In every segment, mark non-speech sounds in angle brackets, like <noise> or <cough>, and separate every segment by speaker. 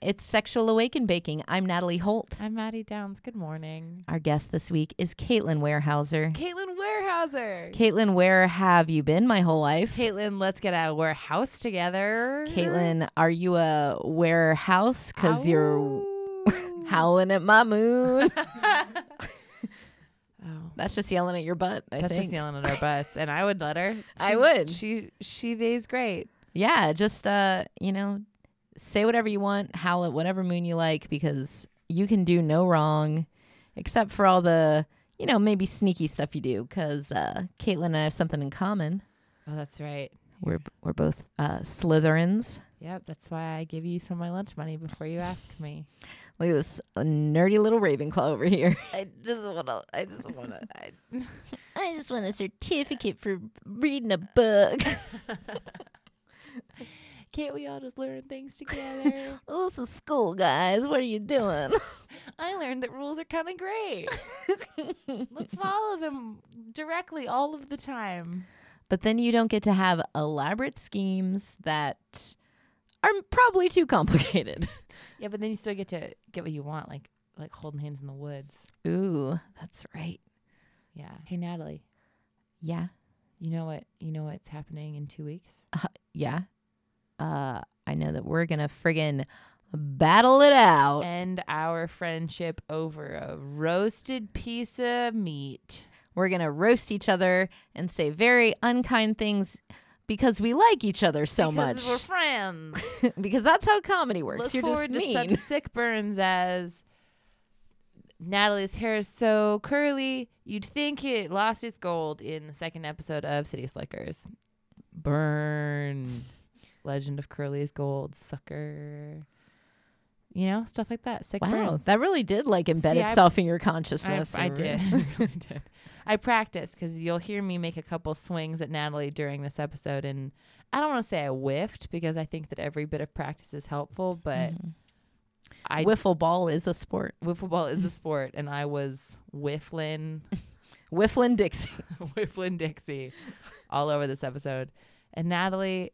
Speaker 1: It's Sexual Awaken Baking. I'm Natalie Holt.
Speaker 2: I'm Maddie Downs. Good morning.
Speaker 1: Our guest this week is Caitlin Warehouser.
Speaker 2: Caitlin Warehouser.
Speaker 1: Caitlin, where have you been my whole life?
Speaker 2: Caitlin, let's get a warehouse together.
Speaker 1: Caitlin, are you a warehouse? Because you're
Speaker 2: Ow.
Speaker 1: howling at my
Speaker 2: <laughs>
Speaker 1: moon.
Speaker 2: Oh.
Speaker 1: That's just yelling at your butt, I
Speaker 2: That's
Speaker 1: think.
Speaker 2: just yelling at our butts, and I would let her.
Speaker 1: <laughs> I
Speaker 2: She's-
Speaker 1: would.
Speaker 2: She she days great.
Speaker 1: yeah, just, uh, you know, say whatever you want, howl at whatever moon you like, because you can do no wrong except for all the, you know, maybe sneaky stuff you do, because uh, Caitlin and I have something in common.
Speaker 2: Oh, that's right.
Speaker 1: We're we're both uh, Slytherins.
Speaker 2: Yep, that's why I give you some of my lunch money before you ask me.
Speaker 1: Look at this nerdy little Ravenclaw over here. <laughs>
Speaker 2: I just wanna. I just wanna. I,
Speaker 1: I just want a certificate for reading a book. <laughs>
Speaker 2: can't we all just learn things together?
Speaker 1: oh, this is school, guys. What are you doing?
Speaker 2: <laughs>
Speaker 1: <laughs>
Speaker 2: I learned that rules are kind of great. Let's follow them directly all of the time.
Speaker 1: but then you don't get to have elaborate schemes that are probably too complicated. <laughs>
Speaker 2: Yeah, but then you still get to get what you want, like like holding hands in the woods.
Speaker 1: Ooh, that's right.
Speaker 2: Yeah. Hey, Natalie,
Speaker 1: Yeah,
Speaker 2: you know what? You know what's happening in two weeks?
Speaker 1: yeah. Uh, I know that we're gonna friggin' battle it out.
Speaker 2: End our friendship over a roasted piece of meat.
Speaker 1: We're going to roast each other and say very unkind things because we like each other so
Speaker 2: Because
Speaker 1: much.
Speaker 2: We're
Speaker 1: <laughs>
Speaker 2: friends.
Speaker 1: because that's how comedy works.
Speaker 2: Look
Speaker 1: You're
Speaker 2: forward
Speaker 1: just
Speaker 2: to
Speaker 1: mean. <laughs>
Speaker 2: such sick burns as Natalie's hair is so curly, you'd think it lost its gold in the second episode of City Slickers. Burn. Legend of Curly's Gold, sucker. You know, stuff like that. Sick
Speaker 1: wow,
Speaker 2: burns.
Speaker 1: that really did like embed
Speaker 2: See, I-
Speaker 1: itself in your
Speaker 2: I,
Speaker 1: consciousness. Mm-hmm.
Speaker 2: I
Speaker 1: and <laughs>
Speaker 2: did. <laughs> I really did. I practiced because you'll hear me make a couple swings at Natalie during this episode. And I don't want to say I whiffed because I think that every bit of practice is helpful, but
Speaker 1: Mm-hmm.
Speaker 2: I
Speaker 1: Wiffle ball is a sport.
Speaker 2: wiffle ball is a sport, and I was whiffling, <laughs>
Speaker 1: Wifflin Dixie. <laughs>
Speaker 2: whiffling Dixie all over this episode. And Natalie,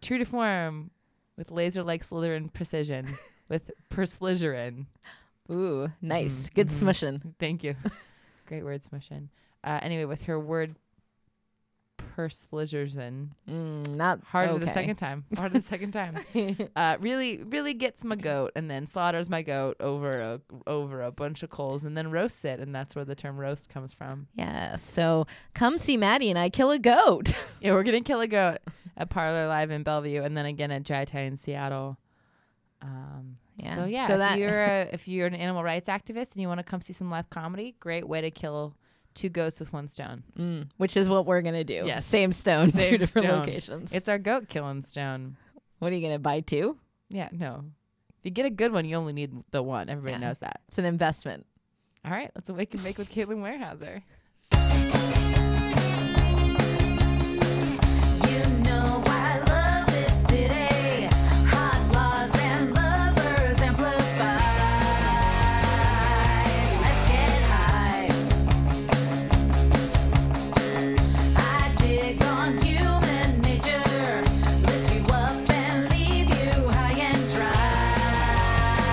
Speaker 2: true to form, with laser like Slytherin precision, with persligerin.
Speaker 1: Ooh, nice.
Speaker 2: Mhm,
Speaker 1: Good
Speaker 2: mhm.
Speaker 1: smushing.
Speaker 2: Thank you. Great wordsmithing. Uh, anyway, with her word persligerin,
Speaker 1: Mm, not
Speaker 2: hard
Speaker 1: okay.
Speaker 2: the second time, hard the second time. Uh, really, really gets my goat, and then slaughters my goat over a over a bunch of coals, and then roasts it, and that's where the term roast comes from.
Speaker 1: Yeah. So come see Maddie and I kill a goat. <laughs>
Speaker 2: Yeah, we're gonna kill a goat at Parlor Live in Bellevue, and then again at Dry Tie in Seattle. Um,
Speaker 1: Yeah,
Speaker 2: So yeah,
Speaker 1: so
Speaker 2: if
Speaker 1: that-
Speaker 2: <laughs> you're a, if you're an animal rights activist and you want to come see some live comedy, great way to kill two goats with one stone.
Speaker 1: Mm, which is what we're gonna do.
Speaker 2: Yes.
Speaker 1: Same stone, <laughs> two
Speaker 2: Same
Speaker 1: different
Speaker 2: stone.
Speaker 1: locations.
Speaker 2: It's our goat killing stone.
Speaker 1: what are you gonna buy two?
Speaker 2: Yeah, no. If you get a good one, you only need the one. Everybody
Speaker 1: Yeah.
Speaker 2: knows that.
Speaker 1: It's an investment.
Speaker 2: All right, let's awake and make with Caitlin Warehouser. <laughs>
Speaker 3: You know I love this city. Hot laws and lovers amplify. Let's get high. I dig on human nature. Lift you up and leave you high and dry.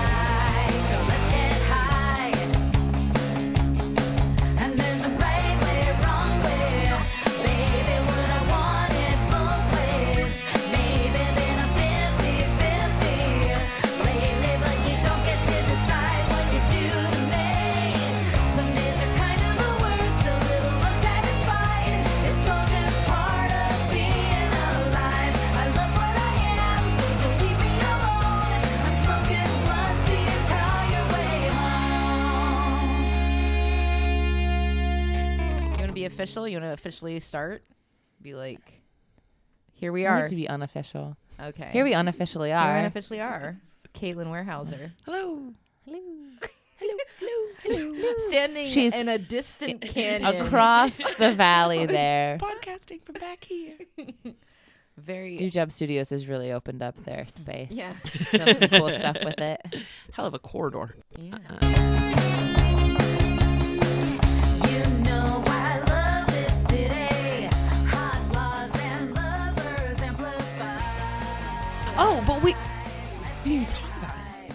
Speaker 3: So let's get high. And there's a right way, wrong way. Baby, what I want it both ways. Maybe then I'm 50-50 lately, but you don't get to decide what you do to me. Some days are kind of the worst, a little unsatisfied. It's all just part of being alive. I love what I am, so just leave me alone. I'm smoking blunts the entire way home.
Speaker 1: You want to be official? You want to officially start? Be like, here we
Speaker 2: I like
Speaker 1: are.
Speaker 2: to be unofficial.
Speaker 1: okay.
Speaker 2: Here we unofficially
Speaker 1: Here
Speaker 2: are.
Speaker 1: unofficially are. Caitlin Warehouser.
Speaker 2: Hello. Hello. Hello. Hello. Hello.
Speaker 1: <laughs> Standing
Speaker 2: She's
Speaker 1: in a distant canyon.
Speaker 2: Across <laughs> the valley there. <laughs>
Speaker 3: podcasting from back here.
Speaker 1: Very.
Speaker 2: New Job Studios has really opened up their space. <laughs>
Speaker 1: Yeah.
Speaker 2: Done some cool stuff with it.
Speaker 4: Hell of a corridor.
Speaker 1: yeah.
Speaker 3: You know I love this city. Hot laws and lovers amplify.
Speaker 4: Oh, but we, we didn't even talk about it.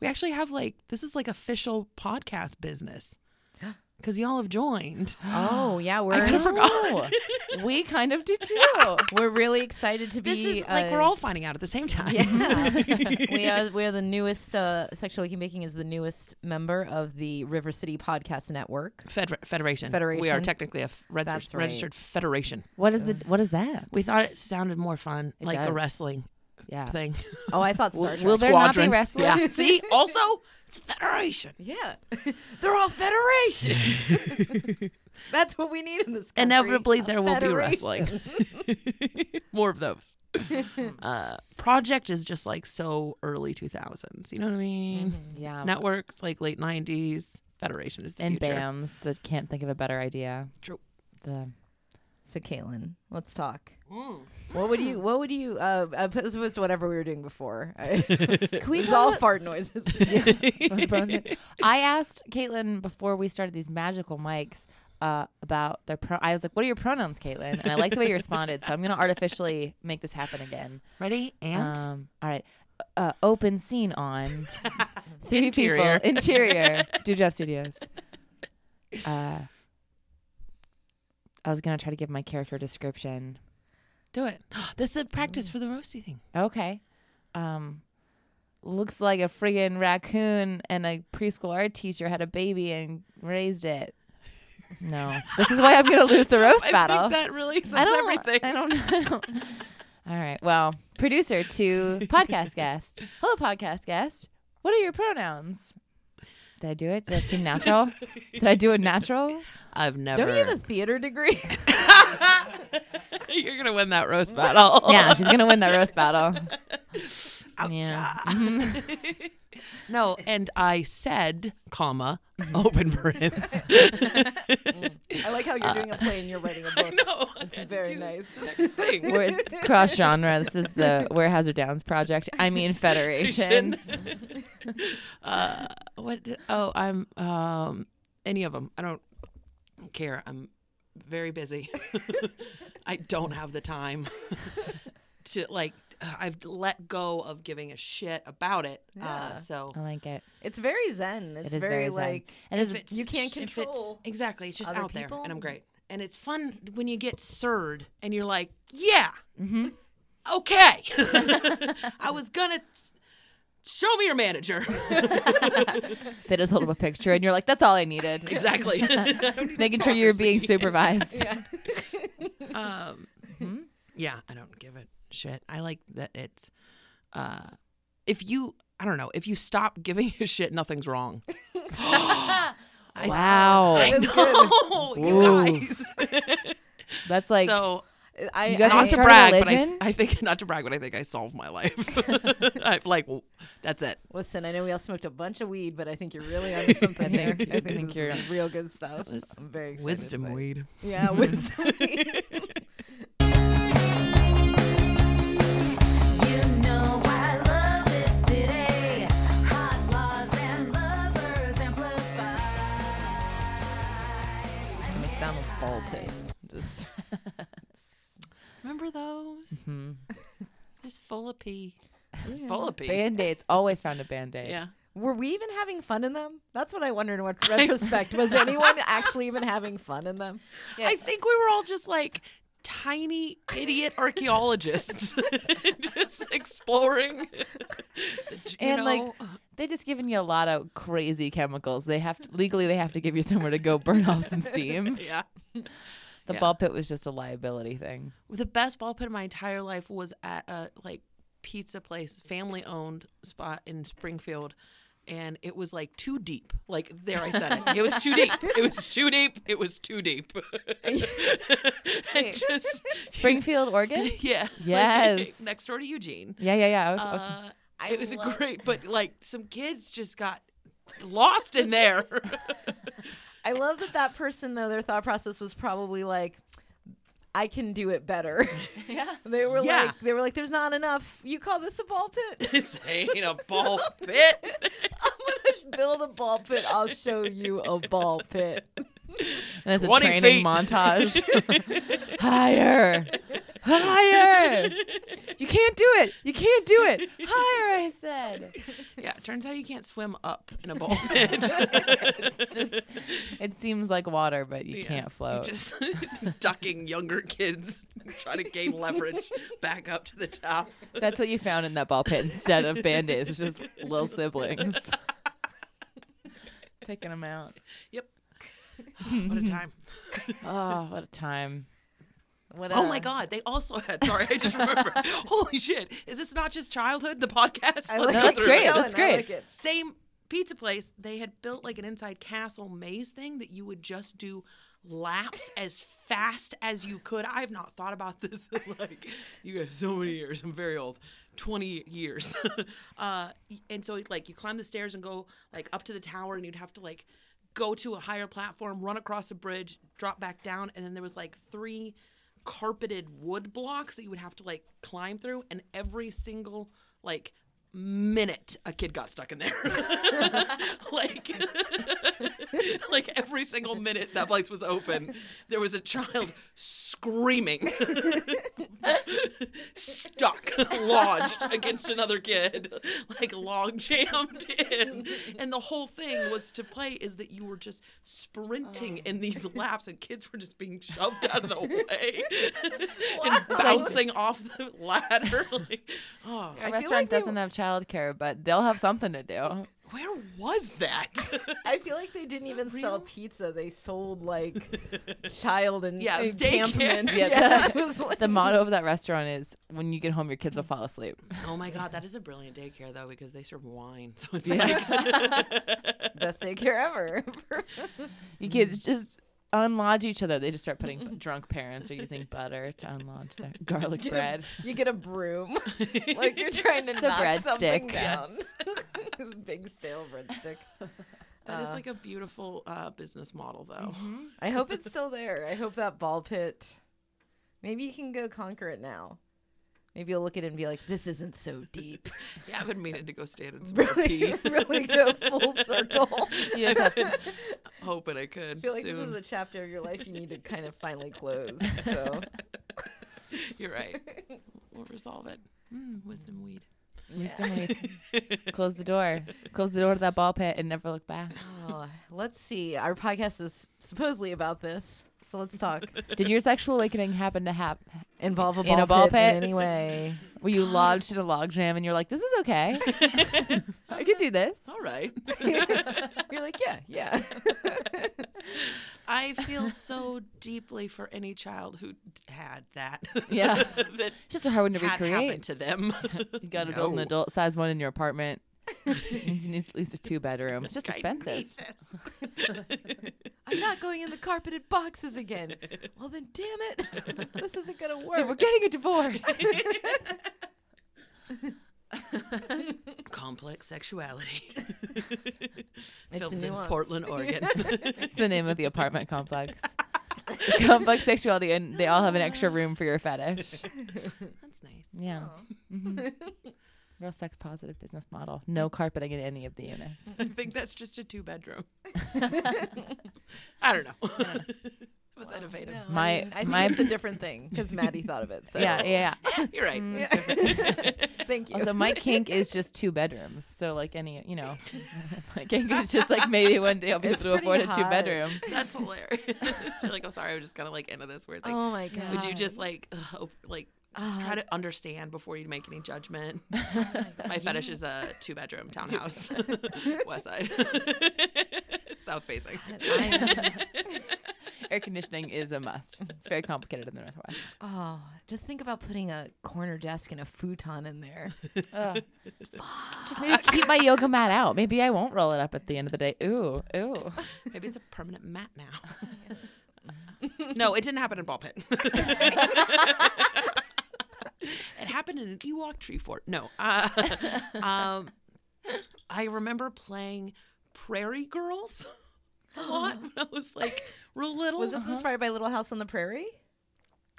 Speaker 4: We actually have like this is like official podcast business because y'all have joined.
Speaker 1: <gasps> Oh yeah, we're
Speaker 4: <gasps> I kind of
Speaker 2: Oh,
Speaker 4: <laughs> forgot.
Speaker 2: we kind of did too.
Speaker 1: <laughs> we're really excited to be.
Speaker 4: This is like we're
Speaker 1: uh,
Speaker 4: all finding out at the same time. <laughs>
Speaker 1: Yeah. <laughs> we are we are the newest uh Sexual Awakening Baking is the newest member of the River City Podcast Network.
Speaker 4: Feder- federation. We are
Speaker 1: Federation.
Speaker 4: technically a f- reg-
Speaker 1: That's right.
Speaker 4: registered federation.
Speaker 2: What is the what is that?
Speaker 4: We thought it sounded more fun,
Speaker 2: It
Speaker 4: like a
Speaker 2: does.
Speaker 4: wrestling
Speaker 2: Yeah.
Speaker 4: thing.
Speaker 1: Oh, I
Speaker 4: <laughs>
Speaker 1: thought Star Trek.
Speaker 2: Will there not be
Speaker 4: Squadron.
Speaker 2: wrestling?
Speaker 4: Yeah. <laughs> See, also it's a federation.
Speaker 1: yeah. <laughs> They're all federations. <laughs> That's what we need in this country.
Speaker 4: Inevitably,
Speaker 1: A
Speaker 4: there will be
Speaker 1: federation.
Speaker 4: wrestling. <laughs> More of
Speaker 2: <laughs>
Speaker 4: those. uh, Project is just like so early 2000s. You know what I mean?
Speaker 2: Yeah.
Speaker 4: Networks like late 90s. Federation is the
Speaker 2: and
Speaker 4: future.
Speaker 2: bands that can't think of a better idea.
Speaker 4: True. <laughs>
Speaker 2: The
Speaker 1: <laughs> So Caitlin, let's talk. What would you? What would you? Uh, uh, this was whatever we were doing before. <laughs> Can
Speaker 2: we
Speaker 1: it's
Speaker 2: talk
Speaker 1: all
Speaker 2: about-
Speaker 1: fart noises.
Speaker 2: I asked Caitlin before we started these magical mics uh, about their pro. I was like, "What are your pronouns, Caitlin?" And I like the way you responded, so I'm gonna artificially make this happen again.
Speaker 4: Ready? And
Speaker 2: Um, all right. Uh, open scene
Speaker 4: <laughs>
Speaker 2: on three
Speaker 4: Interior.
Speaker 2: people <laughs> interior do Jeff Studios. Uh, I was gonna try to give my character description.
Speaker 4: do it. <gasps> This is a practice for the roasty thing.
Speaker 2: Okay. Um, looks like a friggin' raccoon and a preschool art teacher had a baby and raised it. No, this is why I'm gonna lose the <gasps> roast battle.
Speaker 4: that really says
Speaker 2: I don't. I don't know. I don't- <laughs> All right. Well, producer to podcast guest. Hello, podcast guest. What are your pronouns? Did I do it? Did that seem natural? Did I do it natural?
Speaker 4: <laughs> I've never.
Speaker 1: Don't you have a theater degree?
Speaker 4: <laughs> You're gonna win that roast battle.
Speaker 2: Yeah, she's gonna win that roast battle.
Speaker 4: <laughs> Ouch. <laughs>
Speaker 2: Yeah. Mm-hmm.
Speaker 4: No, and I said,
Speaker 2: <laughs>
Speaker 4: comma, open parentheses.
Speaker 1: <laughs> I like how you're doing a play and you're writing a book.
Speaker 4: no,
Speaker 1: It's very nice.
Speaker 4: thing.
Speaker 2: We're cross genre. This is the Warehouse or Downs project. I mean Federation.
Speaker 4: <laughs> Uh, what? did- Oh, I'm um any of them. I don't care. I'm very busy. <laughs> I don't have the time <laughs> to like. uh, I've let go of giving a shit about it. Uh,
Speaker 1: Yeah.
Speaker 4: so
Speaker 2: I like it.
Speaker 1: It's very zen. It's
Speaker 2: It is
Speaker 1: very,
Speaker 2: very, zen.
Speaker 1: like
Speaker 2: and this
Speaker 4: If
Speaker 2: is
Speaker 4: it's-
Speaker 1: you
Speaker 4: <laughs>
Speaker 1: can't
Speaker 4: if it's-
Speaker 1: control
Speaker 4: exactly. It's just
Speaker 1: other
Speaker 4: out there,
Speaker 1: people.
Speaker 4: and I'm great. And it's fun when you get surd and you're like, yeah,
Speaker 1: Mm-hmm.
Speaker 4: okay.
Speaker 1: <laughs>
Speaker 4: <laughs> I was gonna show me your manager. <laughs>
Speaker 2: they just hold up a picture, and you're like, "That's all I needed."
Speaker 4: <laughs> exactly.
Speaker 2: <laughs> Making sure you're being supervised.
Speaker 4: <laughs> um, yeah, I don't give a shit. I like that it's uh, if you. I don't know. If you stop giving a shit, nothing's wrong. <gasps>
Speaker 2: Wow,
Speaker 4: <laughs>
Speaker 1: That's good.
Speaker 4: No, <laughs> you guys.
Speaker 2: <laughs> that's like
Speaker 4: so
Speaker 1: I,
Speaker 2: You guys
Speaker 1: I,
Speaker 4: not
Speaker 2: wanna start
Speaker 4: to
Speaker 2: a
Speaker 4: brag, but I,
Speaker 2: religion?
Speaker 4: I think not to brag, but I think I solved my life. <laughs> I'm like, well, that's it.
Speaker 1: listen. I know we all smoked a bunch of weed, but I think you're really <laughs> onto something there. I think, <laughs>
Speaker 2: think
Speaker 1: this
Speaker 2: you're-
Speaker 1: is real good stuff. I'm very excited by it.
Speaker 4: weed.
Speaker 1: Yeah, <laughs> wisdom weed.
Speaker 3: You know I love this city. Hot laws and lovers amplify.
Speaker 1: McDonald's ball pit.
Speaker 4: Remember those?
Speaker 2: Mm-hmm.
Speaker 4: Just full of pee. Full of pee.
Speaker 2: band aids. Always found a band aid.
Speaker 4: yeah.
Speaker 1: Were we even having fun in them? That's what <laughs> I wondered in ret- retrospect. Was anyone actually even having fun in them?
Speaker 4: I think we were all just like tiny idiot <laughs> archaeologists just <laughs> exploring. the j- you
Speaker 2: And like
Speaker 4: know,
Speaker 2: they just given you a lot of crazy chemicals. They have to, legally they have to give you somewhere to go burn off some
Speaker 4: <laughs>
Speaker 2: steam.
Speaker 4: yeah.
Speaker 2: The
Speaker 4: Yeah.
Speaker 2: ball pit was just a liability thing.
Speaker 4: the best ball pit of my entire life was at a like pizza place, family owned spot in Springfield. And it was like too deep. Like there, I said it. It was too deep. It was too deep. It was too <laughs> deep. and just
Speaker 2: Springfield,
Speaker 4: <laughs>
Speaker 2: Oregon.
Speaker 4: yeah, like,
Speaker 2: Yes.
Speaker 4: next door to Eugene.
Speaker 2: Yeah, yeah, yeah. I was-
Speaker 4: Uh,
Speaker 1: I
Speaker 4: it was a
Speaker 1: love-
Speaker 4: great, but like some kids just got lost in there.
Speaker 1: I love that that person though. Their thought process was probably like, "I can do it better." <laughs> Yeah, they were
Speaker 4: Yeah.
Speaker 1: like, they were like, "There's not enough." You call this a ball pit?
Speaker 4: this ain't a <laughs> ball pit.
Speaker 1: I'm gonna build a ball pit. I'll show you a ball pit. <laughs>
Speaker 2: and there's a
Speaker 4: 20
Speaker 2: training
Speaker 4: feet. <laughs> <laughs>
Speaker 2: montage. higher, higher. You can't do it. You can't do it. Higher, I said.
Speaker 4: Yeah, turns out you can't swim up in a bowl
Speaker 2: <laughs>
Speaker 4: pit.
Speaker 2: Just, it seems like water, but you
Speaker 4: Yeah,
Speaker 2: can't float. <laughs>
Speaker 4: Just <laughs> ducking younger kids, trying to gain
Speaker 2: <laughs>
Speaker 4: leverage back up to the top.
Speaker 2: That's what you found in that ball pit instead of band aids, was just little
Speaker 4: <laughs>
Speaker 2: siblings. Picking them out.
Speaker 4: <sighs> What a time.
Speaker 2: Oh, what a time. What
Speaker 4: Oh
Speaker 2: a-
Speaker 4: my God, they also had. Sorry, I just remembered. Holy shit. Is this not just childhood, the podcast?
Speaker 1: I like
Speaker 4: Let's go
Speaker 2: No, that's
Speaker 1: it.
Speaker 4: through
Speaker 2: great.
Speaker 4: it.
Speaker 1: Ellen,
Speaker 2: that's
Speaker 1: I
Speaker 2: great.
Speaker 1: like it.
Speaker 4: Same pizza place, they had built like an inside castle maze thing that you would just do laps as fast as you could. I've not thought about this in like, you guys, so many years. I'm very old. 20 years. <laughs> uh, and so, like, you climb the stairs and go like up to the tower, and you'd have to like go to a higher platform, run across a bridge, drop back down, and then there was like three carpeted wood blocks that you would have to like climb through and every single like minute a kid got stuck in there <laughs> like <laughs> like every single minute that place was open there was a child screaming stuck <laughs> lodged against another kid like log jammed in and the whole thing was to play is that you were just sprinting in
Speaker 1: Oh.
Speaker 4: these laps and kids were just being shoved out
Speaker 1: <laughs>
Speaker 4: of the way and bouncing off the ladder <laughs> like, oh
Speaker 2: Our restaurant doesn't have childcare, but they'll have something to do.
Speaker 4: where was that
Speaker 1: I feel like they didn't even
Speaker 4: real?
Speaker 1: sell pizza. They sold
Speaker 4: <laughs>
Speaker 1: like child and
Speaker 4: Yeah, it was
Speaker 1: encampment. <laughs>
Speaker 4: daycare.
Speaker 1: Yeah,
Speaker 2: Yeah,
Speaker 1: it was like-
Speaker 2: The motto of that restaurant is when you get home, your kids will fall asleep.
Speaker 4: oh my god that is a brilliant daycare though because they serve wine <laughs> so it's
Speaker 1: best daycare ever.
Speaker 2: You kids just unlodge each other. They just start putting
Speaker 4: <laughs>
Speaker 2: drunk parents are using butter to unlodge their garlic
Speaker 4: <laughs>
Speaker 2: bread.
Speaker 1: you get a
Speaker 2: <laughs>
Speaker 1: broom, like you're trying to
Speaker 2: a
Speaker 1: knock
Speaker 2: breadstick.
Speaker 1: something
Speaker 2: Yes.
Speaker 1: down. <laughs> Big stale breadstick.
Speaker 4: That is
Speaker 1: Uh,
Speaker 4: like a beautiful uh, business model, though.
Speaker 1: I hope it's still there. I hope that ball pit. Maybe you can go conquer it now. Maybe you'll look at it and be like, "This isn't so deep."
Speaker 4: <laughs>
Speaker 1: <laughs>
Speaker 4: Yeah, I've been meaning to go stand and smoke
Speaker 1: really,
Speaker 4: pee,
Speaker 1: really go
Speaker 2: <laughs>
Speaker 1: full circle.
Speaker 2: You just have
Speaker 4: <laughs> hoping I could
Speaker 1: I feel like
Speaker 4: soon.
Speaker 1: this is a chapter of your life you need to kind of finally close. So
Speaker 4: You're right. We'll resolve it. Mm, wisdom weed.
Speaker 2: Mr. Mead, close the door. Close the door to that ball pit and never look back.
Speaker 1: Oh, let's see. Our podcast is supposedly about this, so let's
Speaker 2: <laughs>
Speaker 1: talk.
Speaker 2: Did your sexual awakening happen to happen?
Speaker 1: Involve a
Speaker 2: In
Speaker 1: ball,
Speaker 2: a ball
Speaker 1: pit,
Speaker 2: pit?
Speaker 1: in any way.
Speaker 2: Were you lodged in a log jam and you're like, this is okay. <laughs> I can do this.
Speaker 4: <laughs> All right. <laughs>
Speaker 1: You're like, yeah, yeah.
Speaker 4: I feel so deeply for any child who d- had that.
Speaker 2: Yeah.
Speaker 4: <laughs> that
Speaker 2: It's just a hard one to
Speaker 4: had happened
Speaker 2: recreate.
Speaker 4: to them.
Speaker 2: You got to build an
Speaker 4: <laughs> No.
Speaker 2: adult size one in your <laughs> apartment. you need at least a two bedroom. It's just
Speaker 4: I
Speaker 2: expensive.
Speaker 4: need this.
Speaker 1: <laughs> I'm not going in the carpeted boxes again. Well, then, damn it. <laughs> This isn't going to
Speaker 2: We're
Speaker 1: work.
Speaker 2: getting a divorce.
Speaker 4: <laughs> Complex sexuality.
Speaker 1: It's
Speaker 4: Filmed in
Speaker 1: nuanced.
Speaker 4: Portland, Oregon. <laughs>
Speaker 2: It's the name of the apartment <laughs> complex. complex sexuality, and they all have an extra room for your fetish.
Speaker 4: That's nice.
Speaker 2: Yeah. Mhm. Real sex positive business model. <laughs> No carpeting in any of the units.
Speaker 4: <laughs> I think that's just a two bedroom. I don't know. <laughs> it was innovative.
Speaker 1: No, I
Speaker 2: My-
Speaker 1: mean, Um, I think
Speaker 2: my-
Speaker 1: it's a different thing because Maddie thought of it. So.
Speaker 2: Yeah, yeah. <laughs> yeah.
Speaker 4: <laughs> You're right.
Speaker 1: Yeah. <laughs> Thank you.
Speaker 2: Also, my kink is just two bedrooms. So, like any, you know, <laughs> my kink is just like maybe one day I'll be
Speaker 1: It's
Speaker 2: able to afford
Speaker 1: pretty
Speaker 2: a two
Speaker 1: high.
Speaker 2: bedroom.
Speaker 4: That's hilarious. <laughs> You're like, I'm sorry, I'm just kind of like into this weird
Speaker 1: <laughs>
Speaker 4: thing.
Speaker 1: oh my god.
Speaker 4: Would you just like, ugh, op- like, just try to understand before you make any judgment?
Speaker 2: <laughs>
Speaker 4: My fetish is a two bedroom townhouse, <laughs> west side, south facing. <laughs>
Speaker 1: I-
Speaker 2: Air conditioning is a must. It's very complicated in the Northwest.
Speaker 1: oh, just think about putting a corner desk and a futon in there.
Speaker 2: Just maybe keep my yoga mat out. Maybe I won't roll it up at the end of the day. Ooh, ooh.
Speaker 4: Maybe it's a permanent mat now. <laughs> no, it didn't happen in ball pit. <laughs> it happened in an Ewok tree fort. No, uh, <laughs> um, I remember playing Prairie Girls <gasps> a lot when I was like real little.
Speaker 2: Uh-huh.
Speaker 1: Was this inspired by Little House on the Prairie?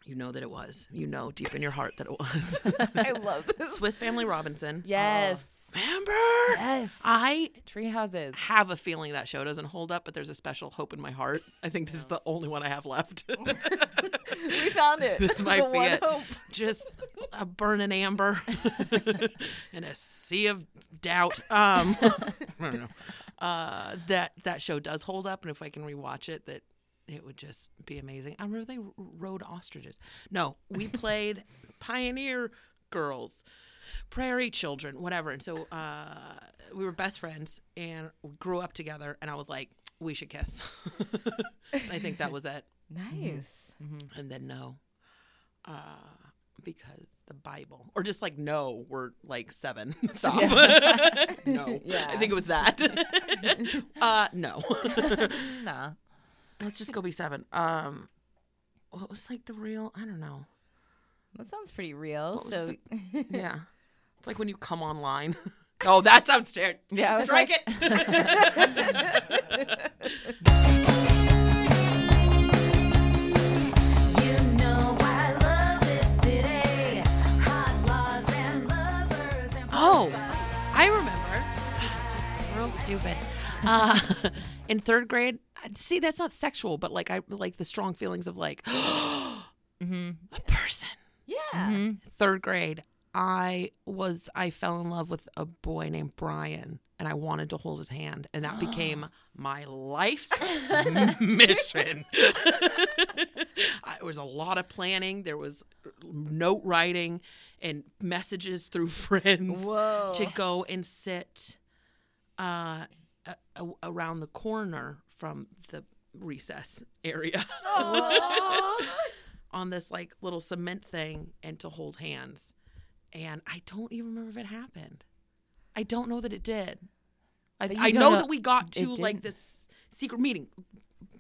Speaker 4: You know that it was. You know deep in your heart that it was.
Speaker 2: <laughs>
Speaker 1: I love this.
Speaker 4: <laughs> Swiss Family Robinson.
Speaker 2: Yes.
Speaker 4: Remember?
Speaker 2: Yes.
Speaker 4: I
Speaker 2: Tree houses.
Speaker 4: have a feeling that show doesn't hold up, but there's a special hope in my heart. I think this is the only one I have left. <laughs>
Speaker 1: We found it.
Speaker 4: This
Speaker 1: <laughs>
Speaker 4: might
Speaker 1: the
Speaker 4: be
Speaker 1: one
Speaker 4: it.
Speaker 1: hope.
Speaker 4: Just a burning amber <laughs> and a sea of doubt. Um, I don't know. Uh, that that show does hold up, and if I can rewatch it, that it would just be amazing. I remember they r- rode ostriches. No, we played pioneer girls, prairie children, whatever. And so uh, we were best friends and we grew up together. And I was like, we should kiss. <laughs> I think that was it
Speaker 2: Mm-hmm.
Speaker 1: Nice.
Speaker 4: and then no uh because the bible or just like no we're like seven <laughs> stop <laughs> no
Speaker 1: Yeah.
Speaker 4: i think it was that <laughs> uh no <laughs>
Speaker 2: Nah.
Speaker 4: let's just go be seven um what was like the real i don't know
Speaker 1: That sounds pretty real.
Speaker 4: was
Speaker 1: So,
Speaker 4: yeah it's like when you come online <laughs> oh that sounds terrible
Speaker 2: Yeah. I was
Speaker 4: strike
Speaker 2: like-
Speaker 4: it <laughs>
Speaker 3: You know I love this city. Hot laws and lovers and
Speaker 4: Oh, I remember. Just real stupid. Uh, <laughs> in third grade, I'd- see that's not sexual, but like I like the strong feelings of like <gasps> a person. Mm-hmm.
Speaker 1: yeah.
Speaker 4: Third grade, I was I fell in love with a boy named Brian, and I wanted to hold his hand, and that became my life's mission. <laughs> I- There was a lot of planning. There was uh, note writing and messages through <laughs> friends
Speaker 1: Whoa.
Speaker 4: to go and sit uh, a- a- around the corner from the recess area <laughs> on this like little cement thing and to hold hands. And I don't even remember if it happened. I don't know that it did. I,
Speaker 2: But you
Speaker 4: I
Speaker 2: don't
Speaker 4: know,
Speaker 2: know-
Speaker 4: that we got
Speaker 2: it
Speaker 4: to like
Speaker 2: didn't.
Speaker 4: this secret meeting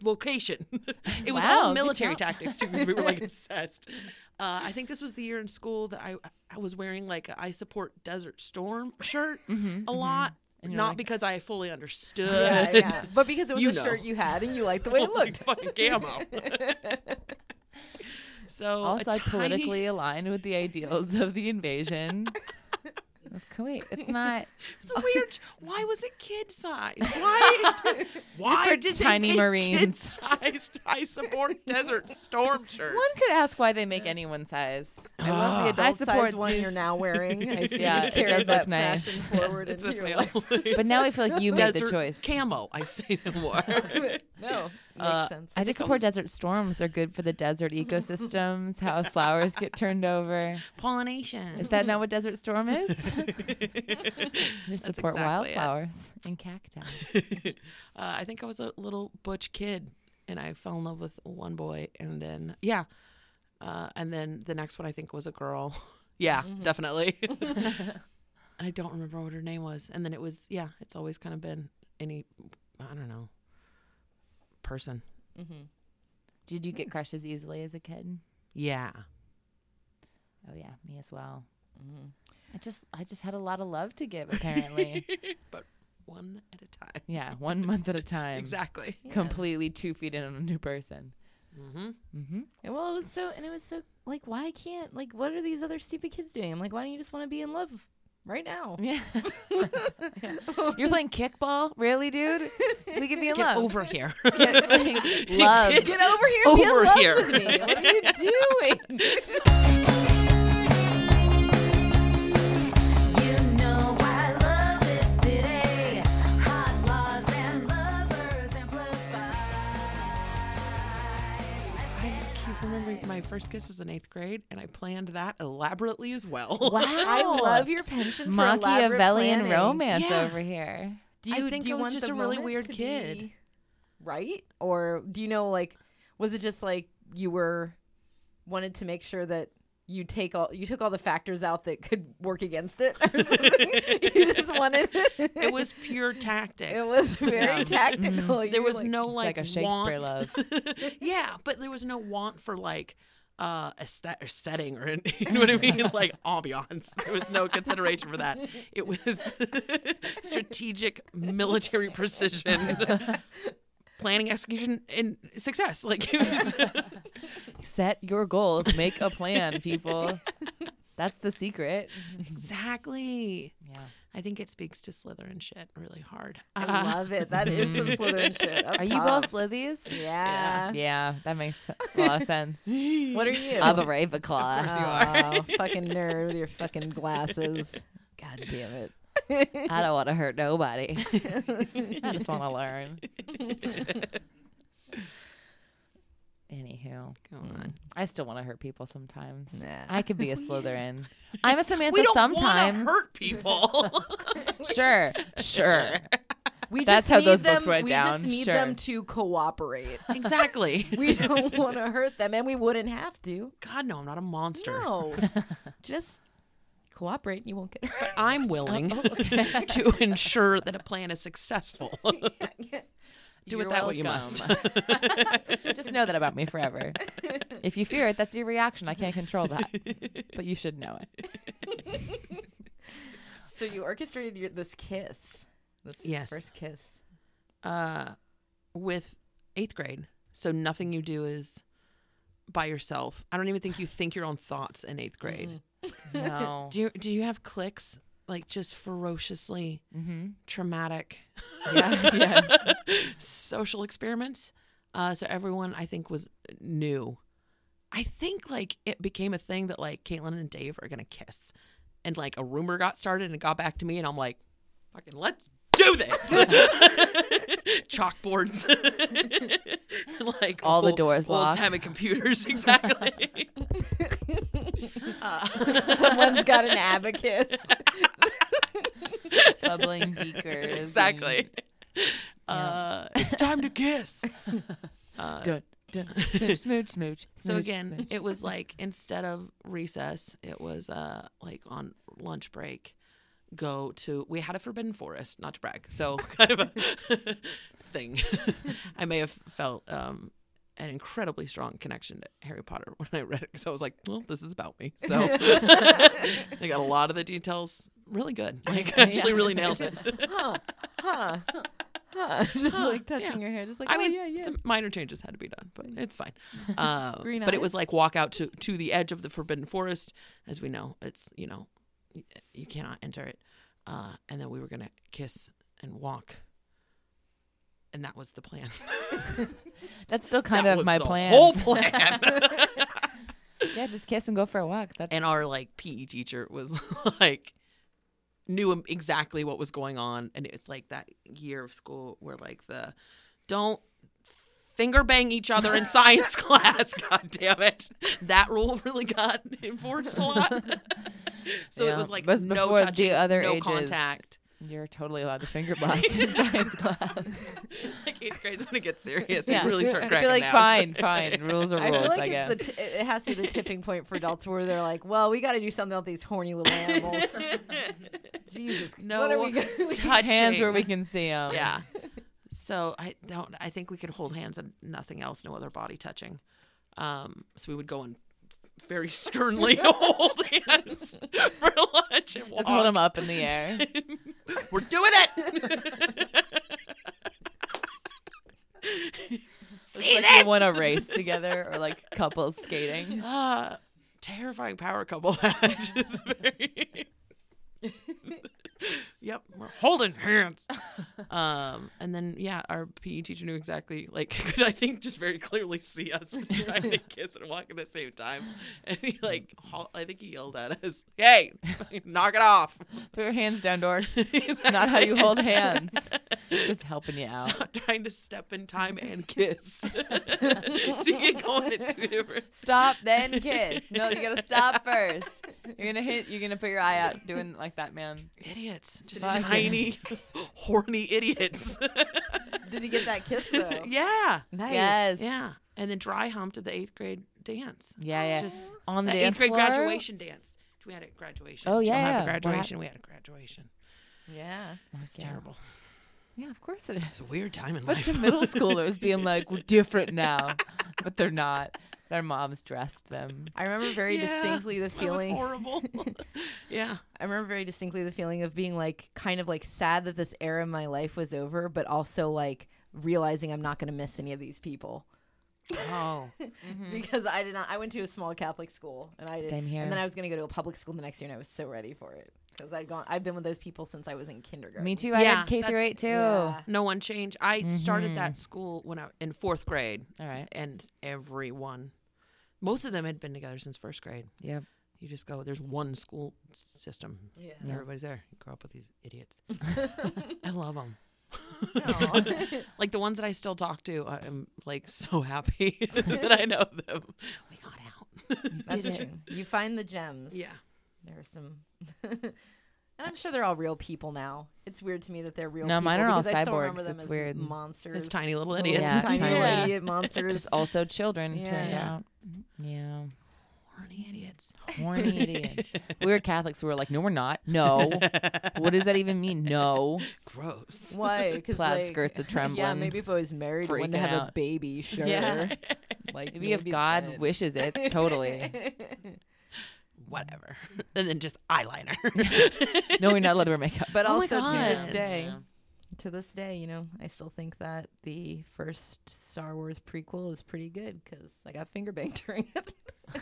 Speaker 4: location. <laughs> it was
Speaker 2: Wow,
Speaker 4: all
Speaker 2: good
Speaker 4: military
Speaker 2: job.
Speaker 4: tactics too because we
Speaker 2: <laughs>
Speaker 4: were like obsessed. Uh, I think this was the year in school that I I was wearing like a I support Desert Storm shirt
Speaker 2: Mm-hmm,
Speaker 4: a lot, not because I fully understood. <laughs>
Speaker 1: Yeah, yeah. But because it was
Speaker 4: You
Speaker 1: a
Speaker 4: know. Oh
Speaker 1: shirt you had and you liked
Speaker 4: <laughs>
Speaker 1: the way it
Speaker 4: It's like
Speaker 1: looked.
Speaker 2: <laughs>
Speaker 4: fucking camo. <laughs> so a
Speaker 2: also
Speaker 4: tiny-
Speaker 2: politically aligned with the ideals of the <laughs> invasion of Kuwait. It's not
Speaker 4: It's a weird. Why was it kid <laughs> size? Why? did- <laughs> why
Speaker 2: for
Speaker 4: did they
Speaker 2: tiny
Speaker 4: make
Speaker 2: Marines.
Speaker 4: Kid size. <laughs> I support Desert Storm shirts.
Speaker 2: one could ask why they make anyone size.
Speaker 1: I love the
Speaker 4: Ah.
Speaker 1: adult
Speaker 2: I
Speaker 1: size
Speaker 2: support
Speaker 1: one
Speaker 2: this.
Speaker 1: you're
Speaker 5: <laughs>
Speaker 1: now wearing. I see
Speaker 2: Yeah,
Speaker 1: you
Speaker 2: it
Speaker 1: carry
Speaker 2: does
Speaker 1: that
Speaker 2: look nice.
Speaker 1: fashion forward
Speaker 4: It's
Speaker 1: into
Speaker 4: with
Speaker 1: your
Speaker 4: me
Speaker 1: life.
Speaker 4: <laughs>
Speaker 1: <laughs>
Speaker 4: always.
Speaker 2: But now I feel like you made the
Speaker 4: Desert
Speaker 2: choice.
Speaker 4: Camo. I say no <laughs> more.
Speaker 1: No, makes
Speaker 4: Uh,
Speaker 1: sense.
Speaker 2: I just support desert storms are good for the desert ecosystems, how
Speaker 4: <laughs>
Speaker 2: flowers get turned over.
Speaker 4: Pollination.
Speaker 2: Is that not what desert storm
Speaker 4: <laughs>
Speaker 2: is? <laughs> Just support
Speaker 4: exactly it.
Speaker 2: wildflowers and cacti.
Speaker 4: uh, I think I was a little butch kid, and I fell in love with one boy, and then yeah, uh, and then the next one I think was a girl. <laughs> yeah, <laughs> definitely. and I don't remember what her name was, and then it was yeah. It's always kind of been any, I don't know, person.
Speaker 2: Did you get crushes easily as a kid?
Speaker 4: Yeah.
Speaker 2: Oh yeah, me as well.
Speaker 4: Mm.
Speaker 2: I just I just had a lot of love to give
Speaker 4: <laughs>
Speaker 2: apparently.
Speaker 4: but one at a time.
Speaker 2: yeah, one month at a time.
Speaker 4: Exactly.
Speaker 2: Completely two feet in on a new person.
Speaker 4: Mm-hmm.
Speaker 2: Mm-hmm.
Speaker 4: <laughs>
Speaker 2: <laughs>
Speaker 5: And well, it was so, and it was so like, why can't like, what are these other stupid kids doing? I'm like, why don't you just want to be in love right now?
Speaker 2: Yeah. You're playing kickball, really, dude? We could be in
Speaker 4: Get
Speaker 2: love.
Speaker 4: over <laughs> here.
Speaker 2: Get- like, love.
Speaker 1: Get over here. and be in
Speaker 4: over
Speaker 1: love
Speaker 4: here.
Speaker 1: with me. What are you doing?
Speaker 3: You know I love this city. Hot laws and lovers and blue skies.
Speaker 4: I keep remembering my first kiss was in eighth grade, and I planned that elaborately as well.
Speaker 1: I love
Speaker 4: <laughs>
Speaker 1: your pension for elaborate
Speaker 2: Machiavellian
Speaker 1: planning.
Speaker 2: romance
Speaker 4: Yeah.
Speaker 2: over here.
Speaker 1: Do
Speaker 4: I think
Speaker 1: do you
Speaker 4: I was
Speaker 1: want
Speaker 4: just
Speaker 1: the
Speaker 4: a really
Speaker 1: moment
Speaker 4: weird
Speaker 1: to
Speaker 4: kid.
Speaker 1: be right? Or do you know, like, was it just like you were wanted to make sure that you take all you took all the factors out that could work against it? Or something? <laughs> you just wanted <laughs>
Speaker 4: It was pure tactics.
Speaker 1: It was
Speaker 4: <laughs>
Speaker 1: very
Speaker 4: Yeah.
Speaker 1: tactical. You
Speaker 4: There
Speaker 1: were
Speaker 4: was
Speaker 1: like,
Speaker 4: no
Speaker 2: It's
Speaker 4: like,
Speaker 2: like a Shakespeare
Speaker 4: want.
Speaker 2: love.
Speaker 4: <laughs> yeah, but there was no want for like uh a set or setting or an- <laughs> you know
Speaker 1: <laughs>
Speaker 4: what I mean, like ambiance. There was no consideration for that. It was <laughs> strategic
Speaker 1: <laughs> <laughs>
Speaker 4: military precision. Planning, execution, and success. Like it was
Speaker 2: Set your goals. Make a
Speaker 4: <laughs>
Speaker 2: plan, people. That's the secret.
Speaker 4: Exactly.
Speaker 2: Yeah.
Speaker 4: I think it speaks to Slytherin shit really hard. Uh,
Speaker 1: I love it. That is some Slytherin shit. up
Speaker 2: Are you
Speaker 1: top.
Speaker 2: both Slithies?
Speaker 1: Yeah.
Speaker 2: Yeah, that makes a lot of sense.
Speaker 5: What are you?
Speaker 2: I'm a Ravenclaw.
Speaker 1: Oh, fucking nerd with your fucking glasses. God damn it.
Speaker 2: <laughs>
Speaker 1: <laughs>
Speaker 2: I don't want to hurt nobody. I just want to learn. Anywho,
Speaker 4: Go on.
Speaker 2: I still want to hurt people sometimes.
Speaker 1: Nah.
Speaker 2: I could be a Slytherin. I'm a Samantha
Speaker 4: We don't want to
Speaker 2: sometimes.
Speaker 4: hurt people.
Speaker 1: <laughs>
Speaker 2: Sure,
Speaker 4: <laughs>
Speaker 2: sure.
Speaker 1: We just
Speaker 2: That's how
Speaker 1: need
Speaker 2: those books
Speaker 1: them-
Speaker 2: went
Speaker 1: We just
Speaker 2: down,
Speaker 1: need
Speaker 2: sure.
Speaker 1: them to cooperate.
Speaker 4: exactly. <laughs>
Speaker 1: We don't want to hurt them, and we wouldn't have to.
Speaker 4: God, no, I'm not a monster. <laughs>
Speaker 1: No, just cooperate. and You won't get hurt.
Speaker 4: I'm willing <laughs> to ensure that a plan is successful. <laughs> Do
Speaker 2: You're
Speaker 4: it that way you must.
Speaker 2: welcome. <laughs>
Speaker 4: <laughs>
Speaker 2: Just know that about me forever. If you fear it, that's your reaction. I can't control that, but you should know it.
Speaker 1: <laughs> so you orchestrated your, this kiss. This
Speaker 4: Yes.
Speaker 1: first
Speaker 4: <laughs>
Speaker 1: kiss.
Speaker 4: uh, with eighth grade. So nothing you do is by yourself. I don't even think you think your own thoughts in eighth grade.
Speaker 2: No.
Speaker 4: Do you do you have clicks like just ferociously traumatic
Speaker 2: <laughs> Yeah. yeah.
Speaker 4: social experiments? Uh, so everyone I think was new. I think like it became a thing that like Caitlin and Dave are gonna kiss, and like a rumor got started and it got back to me, and I'm like, fucking let's do this. <laughs> Chalkboards, <laughs> like
Speaker 2: All the
Speaker 4: old-
Speaker 2: doors locked.
Speaker 4: old-timey <laughs>
Speaker 2: <laughs>
Speaker 4: computers, exactly.
Speaker 1: Someone's got an abacus.
Speaker 2: Bubbling beakers.
Speaker 4: exactly. Uh, <laughs> it's time to kiss.
Speaker 2: Dun, dun, smooch, smooch, smooch.
Speaker 4: So
Speaker 2: smooch,
Speaker 4: again,
Speaker 2: smooch.
Speaker 4: it was like instead of recess, it was uh like on lunch break. Go to we had a forbidden forest, not to brag. So <laughs> kind of a <laughs> thing. I may have felt um an incredibly strong connection to Harry Potter when I read it because I was like, well, this is about me. So <laughs> I got a lot of the details really good. Like actually really nailed it.
Speaker 1: <laughs> Huh? Huh? Huh? <laughs> Just like touching your hair. Just like
Speaker 4: I
Speaker 1: oh,
Speaker 4: mean,
Speaker 1: yeah, yeah.
Speaker 4: some minor changes had to be done, but
Speaker 1: <laughs>
Speaker 4: it's fine. Uh,
Speaker 1: Green
Speaker 4: but it
Speaker 1: eyes.
Speaker 4: was like walk out to to the edge of the forbidden forest, as we know. It's you know, y- you cannot enter it. Uh, and then we were gonna kiss and walk, and that was the plan. <laughs>
Speaker 2: that's still kind
Speaker 4: That
Speaker 2: of
Speaker 4: was
Speaker 2: my
Speaker 4: the
Speaker 2: plan.
Speaker 4: Whole
Speaker 1: <laughs>
Speaker 4: plan.
Speaker 2: yeah, just kiss and go for a walk. That's
Speaker 4: and our like PE teacher was <laughs> like knew im- exactly what was going on, and it's like that year of school where like the don't finger bang each other in
Speaker 2: <laughs>
Speaker 4: science class. God damn it, that rule really got <laughs> enforced
Speaker 2: <laughs>
Speaker 4: a lot. so
Speaker 2: Yeah,
Speaker 4: it was like
Speaker 2: it was
Speaker 4: no
Speaker 2: before the
Speaker 4: touching,
Speaker 2: other
Speaker 4: no
Speaker 2: ages.
Speaker 4: contact.
Speaker 2: you're totally allowed to
Speaker 4: <laughs>
Speaker 2: finger blast in science class.
Speaker 4: Like eighth grade's when it gets serious,
Speaker 2: Yeah.
Speaker 4: you really
Speaker 2: <laughs>
Speaker 4: start
Speaker 2: I
Speaker 4: cracking
Speaker 2: feel like
Speaker 4: down.
Speaker 2: fine,
Speaker 4: <laughs>
Speaker 2: fine. Rules are
Speaker 1: I
Speaker 2: rules, I,
Speaker 1: feel like
Speaker 2: guess.
Speaker 1: it's the t- it has to be the tipping point for adults where
Speaker 4: <laughs>
Speaker 1: they're like, well, we got to do something about these horny little animals. Jesus,
Speaker 4: No
Speaker 1: what are we
Speaker 2: <laughs>
Speaker 1: gonna-
Speaker 4: <laughs> touching.
Speaker 2: Hands where we can see them.
Speaker 4: Yeah. <laughs> So I don't. I think we could hold hands and nothing else, no other body touching. Um, so we would go and very sternly hold hands for lunch and walk.
Speaker 2: Just hold them up in the
Speaker 4: <laughs>
Speaker 2: air.
Speaker 4: We're doing it.
Speaker 2: See like you want to race together or like couples skating.
Speaker 4: Uh, terrifying power couple <laughs> match. It's very. <laughs> yep, we're
Speaker 2: <laughs>
Speaker 4: holding hands. Um, and then yeah, our PE teacher knew exactly, like, <laughs> could I think just very clearly see us <laughs>
Speaker 2: <laughs>
Speaker 4: trying to kiss and walk at the same time, and he like, haul- I think he yelled at us, "Hey, <laughs> knock it off!"
Speaker 2: <laughs> Put your hands down, dorks. <laughs> It's not how you hold
Speaker 4: <laughs>
Speaker 2: hands. It's just helping you out.
Speaker 4: Stop <laughs> trying to step in time
Speaker 2: <laughs>
Speaker 4: and kiss. <laughs> so you get going at two different.
Speaker 2: Stop, <laughs> then kiss. No, you gotta stop first. You're gonna hit. You're gonna put your eye out doing like that, man.
Speaker 4: <laughs> Idiots, just
Speaker 2: Fucking-
Speaker 4: tiny, <laughs> horny
Speaker 2: <laughs>
Speaker 4: idiots.
Speaker 1: Did he get that kiss though?
Speaker 4: <laughs> yeah.
Speaker 1: Nice.
Speaker 2: Yes.
Speaker 4: Yeah, and then dry humped at the eighth grade dance.
Speaker 2: Yeah, yeah.
Speaker 4: Just
Speaker 2: on
Speaker 4: the
Speaker 2: the
Speaker 4: eighth
Speaker 2: dance
Speaker 4: grade
Speaker 2: floor?
Speaker 4: graduation dance. We had a graduation.
Speaker 2: Oh,
Speaker 4: She'll
Speaker 2: yeah,
Speaker 4: have
Speaker 2: yeah.
Speaker 4: a
Speaker 2: What
Speaker 4: graduation. We had a graduation.
Speaker 1: Yeah.
Speaker 4: It's terrible.
Speaker 2: Yeah, of course it
Speaker 4: It's
Speaker 2: is.
Speaker 4: a weird time in
Speaker 2: Bunch
Speaker 4: life.
Speaker 2: of <laughs> middle
Speaker 4: <laughs>
Speaker 2: schoolers being like, "We're different <laughs> now," but they're not. Their moms dressed them.
Speaker 1: I remember very
Speaker 4: Yeah.
Speaker 1: distinctly the
Speaker 4: That was
Speaker 1: feeling.
Speaker 4: horrible.
Speaker 2: <laughs>
Speaker 4: <laughs> yeah.
Speaker 1: I remember very distinctly the feeling of being like kind of like sad that this era in my life was over, but also like realizing I'm not going to miss any of these people.
Speaker 4: Oh,
Speaker 1: because I did not. I went to a small Catholic school, and I did,
Speaker 2: Mm-hmm. Same here.
Speaker 1: And then I was going to go to a public school the next year, and I was so ready for it because I'd gone. I've been with those people since I was in kindergarten.
Speaker 2: Me too. I
Speaker 4: Yeah,
Speaker 2: had K through
Speaker 4: that's-
Speaker 2: eight too.
Speaker 1: Yeah.
Speaker 4: no one changed. I started that school when I in fourth grade.
Speaker 2: Mm-hmm. All right.
Speaker 4: and everyone, most of them had been together since first grade.
Speaker 2: Yep.
Speaker 4: You just go. There's one school s- system.
Speaker 1: Yeah.
Speaker 4: and Everybody's there. You grow up with these
Speaker 1: <laughs>
Speaker 4: idiots. I love them. like the ones that I still talk to, I- I'm like <laughs> so happy that I know them. We got out.
Speaker 1: That's it. You find the gems. There are some. <laughs> and I'm sure they're all real people now. It's weird to me that they're real
Speaker 2: No,
Speaker 1: people.
Speaker 2: mine are all
Speaker 1: because I still remember
Speaker 2: cyborgs.
Speaker 1: them
Speaker 2: It's
Speaker 1: as
Speaker 2: weird.
Speaker 1: Monsters.
Speaker 4: It's tiny little
Speaker 1: little
Speaker 4: idiots.
Speaker 2: Yeah,
Speaker 1: tiny
Speaker 2: tiny
Speaker 1: little
Speaker 2: little-
Speaker 4: <laughs>
Speaker 1: idiot monsters.
Speaker 2: Just also children
Speaker 4: Yeah.
Speaker 2: turned
Speaker 4: Yeah.
Speaker 2: out. Yeah.
Speaker 4: Horny idiots.
Speaker 2: <laughs> Horny idiots. we were Catholics. We were like, no, we're not. <laughs> No. what does that even mean? <laughs> No.
Speaker 4: Gross.
Speaker 1: Why? <laughs> Because
Speaker 2: Plaid
Speaker 1: like,
Speaker 2: skirts are
Speaker 1: Yeah,
Speaker 2: trembling,
Speaker 1: maybe if I was married, I wouldn't
Speaker 2: freaking
Speaker 1: have a <laughs>
Speaker 2: out.
Speaker 1: baby. Sure.
Speaker 2: Yeah.
Speaker 1: Like
Speaker 2: Maybe if God wishes it, <laughs> totally.
Speaker 4: Whatever. And then just eyeliner.
Speaker 2: No, we're not allowed to wear makeup.
Speaker 1: But
Speaker 4: Oh my
Speaker 1: also to
Speaker 4: God.
Speaker 1: this day, to this day, you know, I still think that the first Star Wars prequel is pretty good because I got finger banged <laughs> during it.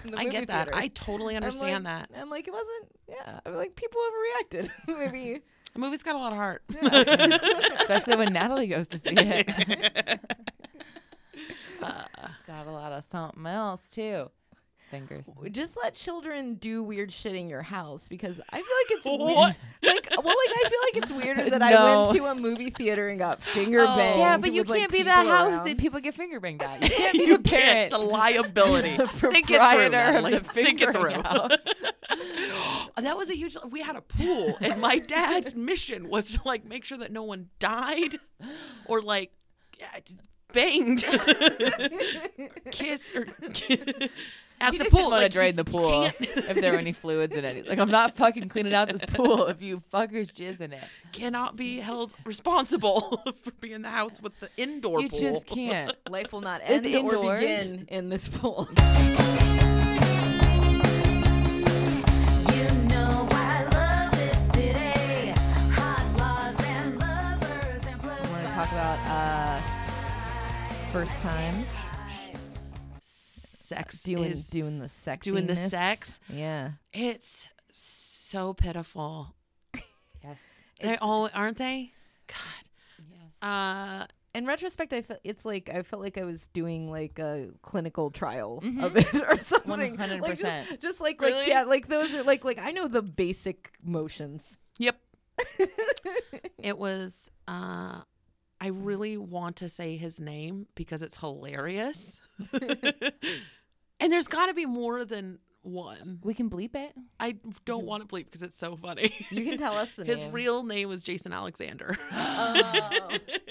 Speaker 1: in the
Speaker 4: <laughs> I
Speaker 1: movie
Speaker 4: get that.
Speaker 1: theater.
Speaker 4: I totally
Speaker 1: I'm like-
Speaker 4: understand that.
Speaker 1: I'm like, it wasn't. Yeah, I'm like people overreacted. <laughs> Maybe
Speaker 4: The movie's got a lot of heart.
Speaker 2: Especially when Natalie goes to see it. <laughs> Uh, Got a lot of something else too. It's fingers.
Speaker 1: just let children do weird shit in your house because I feel like it's weird. like well, like I feel like it's weirder that I
Speaker 2: <laughs> No. Oh.
Speaker 1: went to a movie theater and got finger banged.
Speaker 2: Yeah, but you
Speaker 1: with, like,
Speaker 2: can't be the
Speaker 1: people
Speaker 2: house
Speaker 1: around.
Speaker 2: that people get finger banged <laughs> at. You can't be
Speaker 4: <laughs> You
Speaker 2: the
Speaker 4: can't.
Speaker 2: parent.
Speaker 4: The
Speaker 2: <laughs>
Speaker 4: liability. Think it through,
Speaker 2: proprietor of
Speaker 4: Natalie.
Speaker 2: the
Speaker 4: Think it
Speaker 2: fingering <laughs>
Speaker 4: through.
Speaker 2: house.
Speaker 4: <laughs> that was a huge. We had a pool,
Speaker 2: <laughs>
Speaker 4: and my dad's mission was to like make sure that no one died, or like yeah, d-
Speaker 2: <laughs>
Speaker 4: banged, kiss, or at
Speaker 2: He
Speaker 4: the
Speaker 2: just
Speaker 4: pool.
Speaker 2: didn't want
Speaker 4: like,
Speaker 2: to drain
Speaker 4: he's-
Speaker 2: the pool
Speaker 4: Can't,
Speaker 2: if there were any fluids in it. He's like, I'm not fucking cleaning out this pool if you fuckers jizz in it.
Speaker 4: cannot be held responsible <laughs> for being in the house with the indoor
Speaker 2: you <laughs>
Speaker 4: pool.
Speaker 2: just can't.
Speaker 1: Life will not
Speaker 2: Is
Speaker 1: end or
Speaker 2: indoors.
Speaker 1: begin in this <laughs> pool.
Speaker 3: You know I love this city. Hot laws and lovers and blue
Speaker 1: want to talk about uh, first times
Speaker 4: Sex
Speaker 1: doing
Speaker 4: is
Speaker 1: doing the sex
Speaker 4: doing the sex.
Speaker 1: Yeah,
Speaker 4: It's so pitiful.
Speaker 2: Yes.
Speaker 4: They all aren't they? God.
Speaker 2: Yes.
Speaker 4: Uh,
Speaker 1: in retrospect, I felt it's like I felt like I was doing like a clinical trial
Speaker 2: Mm-hmm.
Speaker 1: of it or <laughs> something. Like, just-
Speaker 2: 100%.
Speaker 1: just, like like
Speaker 4: Really?
Speaker 1: yeah, like those are like like I know the basic motions.
Speaker 4: Yep. it was uh I really want to say his name because it's hilarious. and there's got to be more than one.
Speaker 2: We can bleep <laughs> it.
Speaker 4: I don't want to bleep because it's so funny.
Speaker 1: You can tell us
Speaker 2: <laughs>
Speaker 1: the
Speaker 4: his
Speaker 1: name.
Speaker 4: real name was Jason Alexander.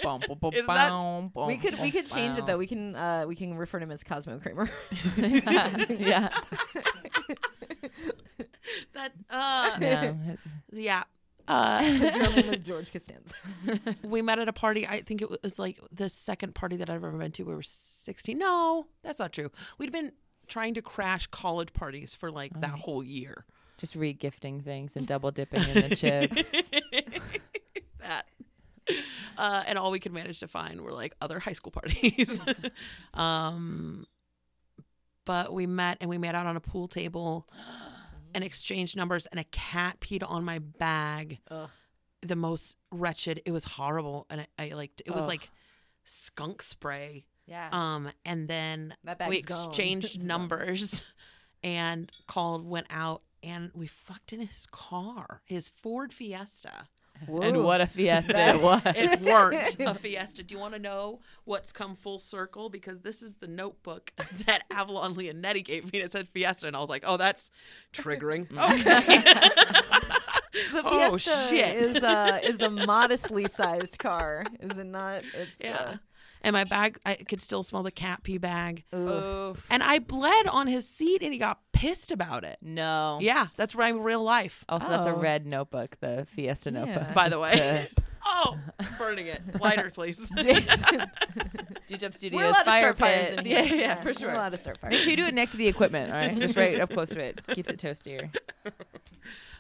Speaker 2: Bum, bum, bum,
Speaker 4: Isn't that-
Speaker 2: bum, <laughs> bum,
Speaker 1: we could we
Speaker 2: bum,
Speaker 1: could change it
Speaker 2: bum. <laughs>
Speaker 1: though. We can uh we can refer to him as Cosmo Kramer. <laughs>
Speaker 2: <laughs> yeah.
Speaker 4: that uh
Speaker 2: <laughs> yeah.
Speaker 4: yeah.
Speaker 1: <laughs>
Speaker 4: Uh,
Speaker 1: His real name is George Costanza.
Speaker 4: we met at a party. I think it was like the second party that I've ever been to. We were 16. No, that's not true. We'd been trying to crash college parties for like that whole year.
Speaker 2: Just regifting things and double dipping in <laughs> the chips.
Speaker 4: <laughs> that. Uh, and all we could manage to find were like other high school parties. <laughs> um, but we met and we made out on a pool
Speaker 2: <gasps>
Speaker 4: table and exchanged numbers, and a cat peed on my bag.
Speaker 1: Ugh.
Speaker 4: The most wretched. It was horrible. And I, I liked it was
Speaker 2: Ugh.
Speaker 4: like skunk spray.
Speaker 2: Yeah.
Speaker 4: Um, and then
Speaker 1: That
Speaker 4: we
Speaker 1: bag's gone. It's <laughs>
Speaker 4: exchanged
Speaker 1: gone.
Speaker 4: numbers and called, went out, and we fucked in his car, his Ford Fiesta.
Speaker 1: Whoa.
Speaker 2: and what a fiesta it was.
Speaker 1: <laughs>
Speaker 4: It weren't a fiesta. Do you want to know what's come full circle? Because this is the notebook <laughs> that Avalon Leonetti gave me. and It said fiesta, and I was like, "Oh, that's triggering." <laughs> Okay.
Speaker 1: The
Speaker 4: Oh,
Speaker 1: Fiesta
Speaker 4: shit.
Speaker 1: is
Speaker 2: <laughs>
Speaker 1: uh is a modestly sized car, is it not? It's,
Speaker 4: yeah. And my bag, I could still smell the cat pee bag.
Speaker 1: Uh, oof.
Speaker 2: Oof.
Speaker 1: <laughs>
Speaker 4: And I bled on his seat, and he got pissed about it.
Speaker 2: No.
Speaker 4: Yeah, that's right, real life.
Speaker 2: Also, that's a
Speaker 1: Oh.
Speaker 2: red notebook, the Fiesta
Speaker 1: Yeah.
Speaker 2: notebook.
Speaker 4: By the
Speaker 2: just
Speaker 4: way.
Speaker 2: <laughs> to-
Speaker 4: Oh, burning it. Lighter,
Speaker 1: <laughs>
Speaker 4: please.
Speaker 2: Dujub
Speaker 1: We're
Speaker 2: Studios
Speaker 1: allowed
Speaker 2: fire
Speaker 1: to start fires
Speaker 2: pit.
Speaker 1: in here.
Speaker 2: Yeah, yeah, yeah, for sure.
Speaker 1: We're allowed to start fires.
Speaker 2: Make sure you do it next to the equipment, all right?
Speaker 1: <laughs>
Speaker 2: Just right up close to it. Keeps it toastier.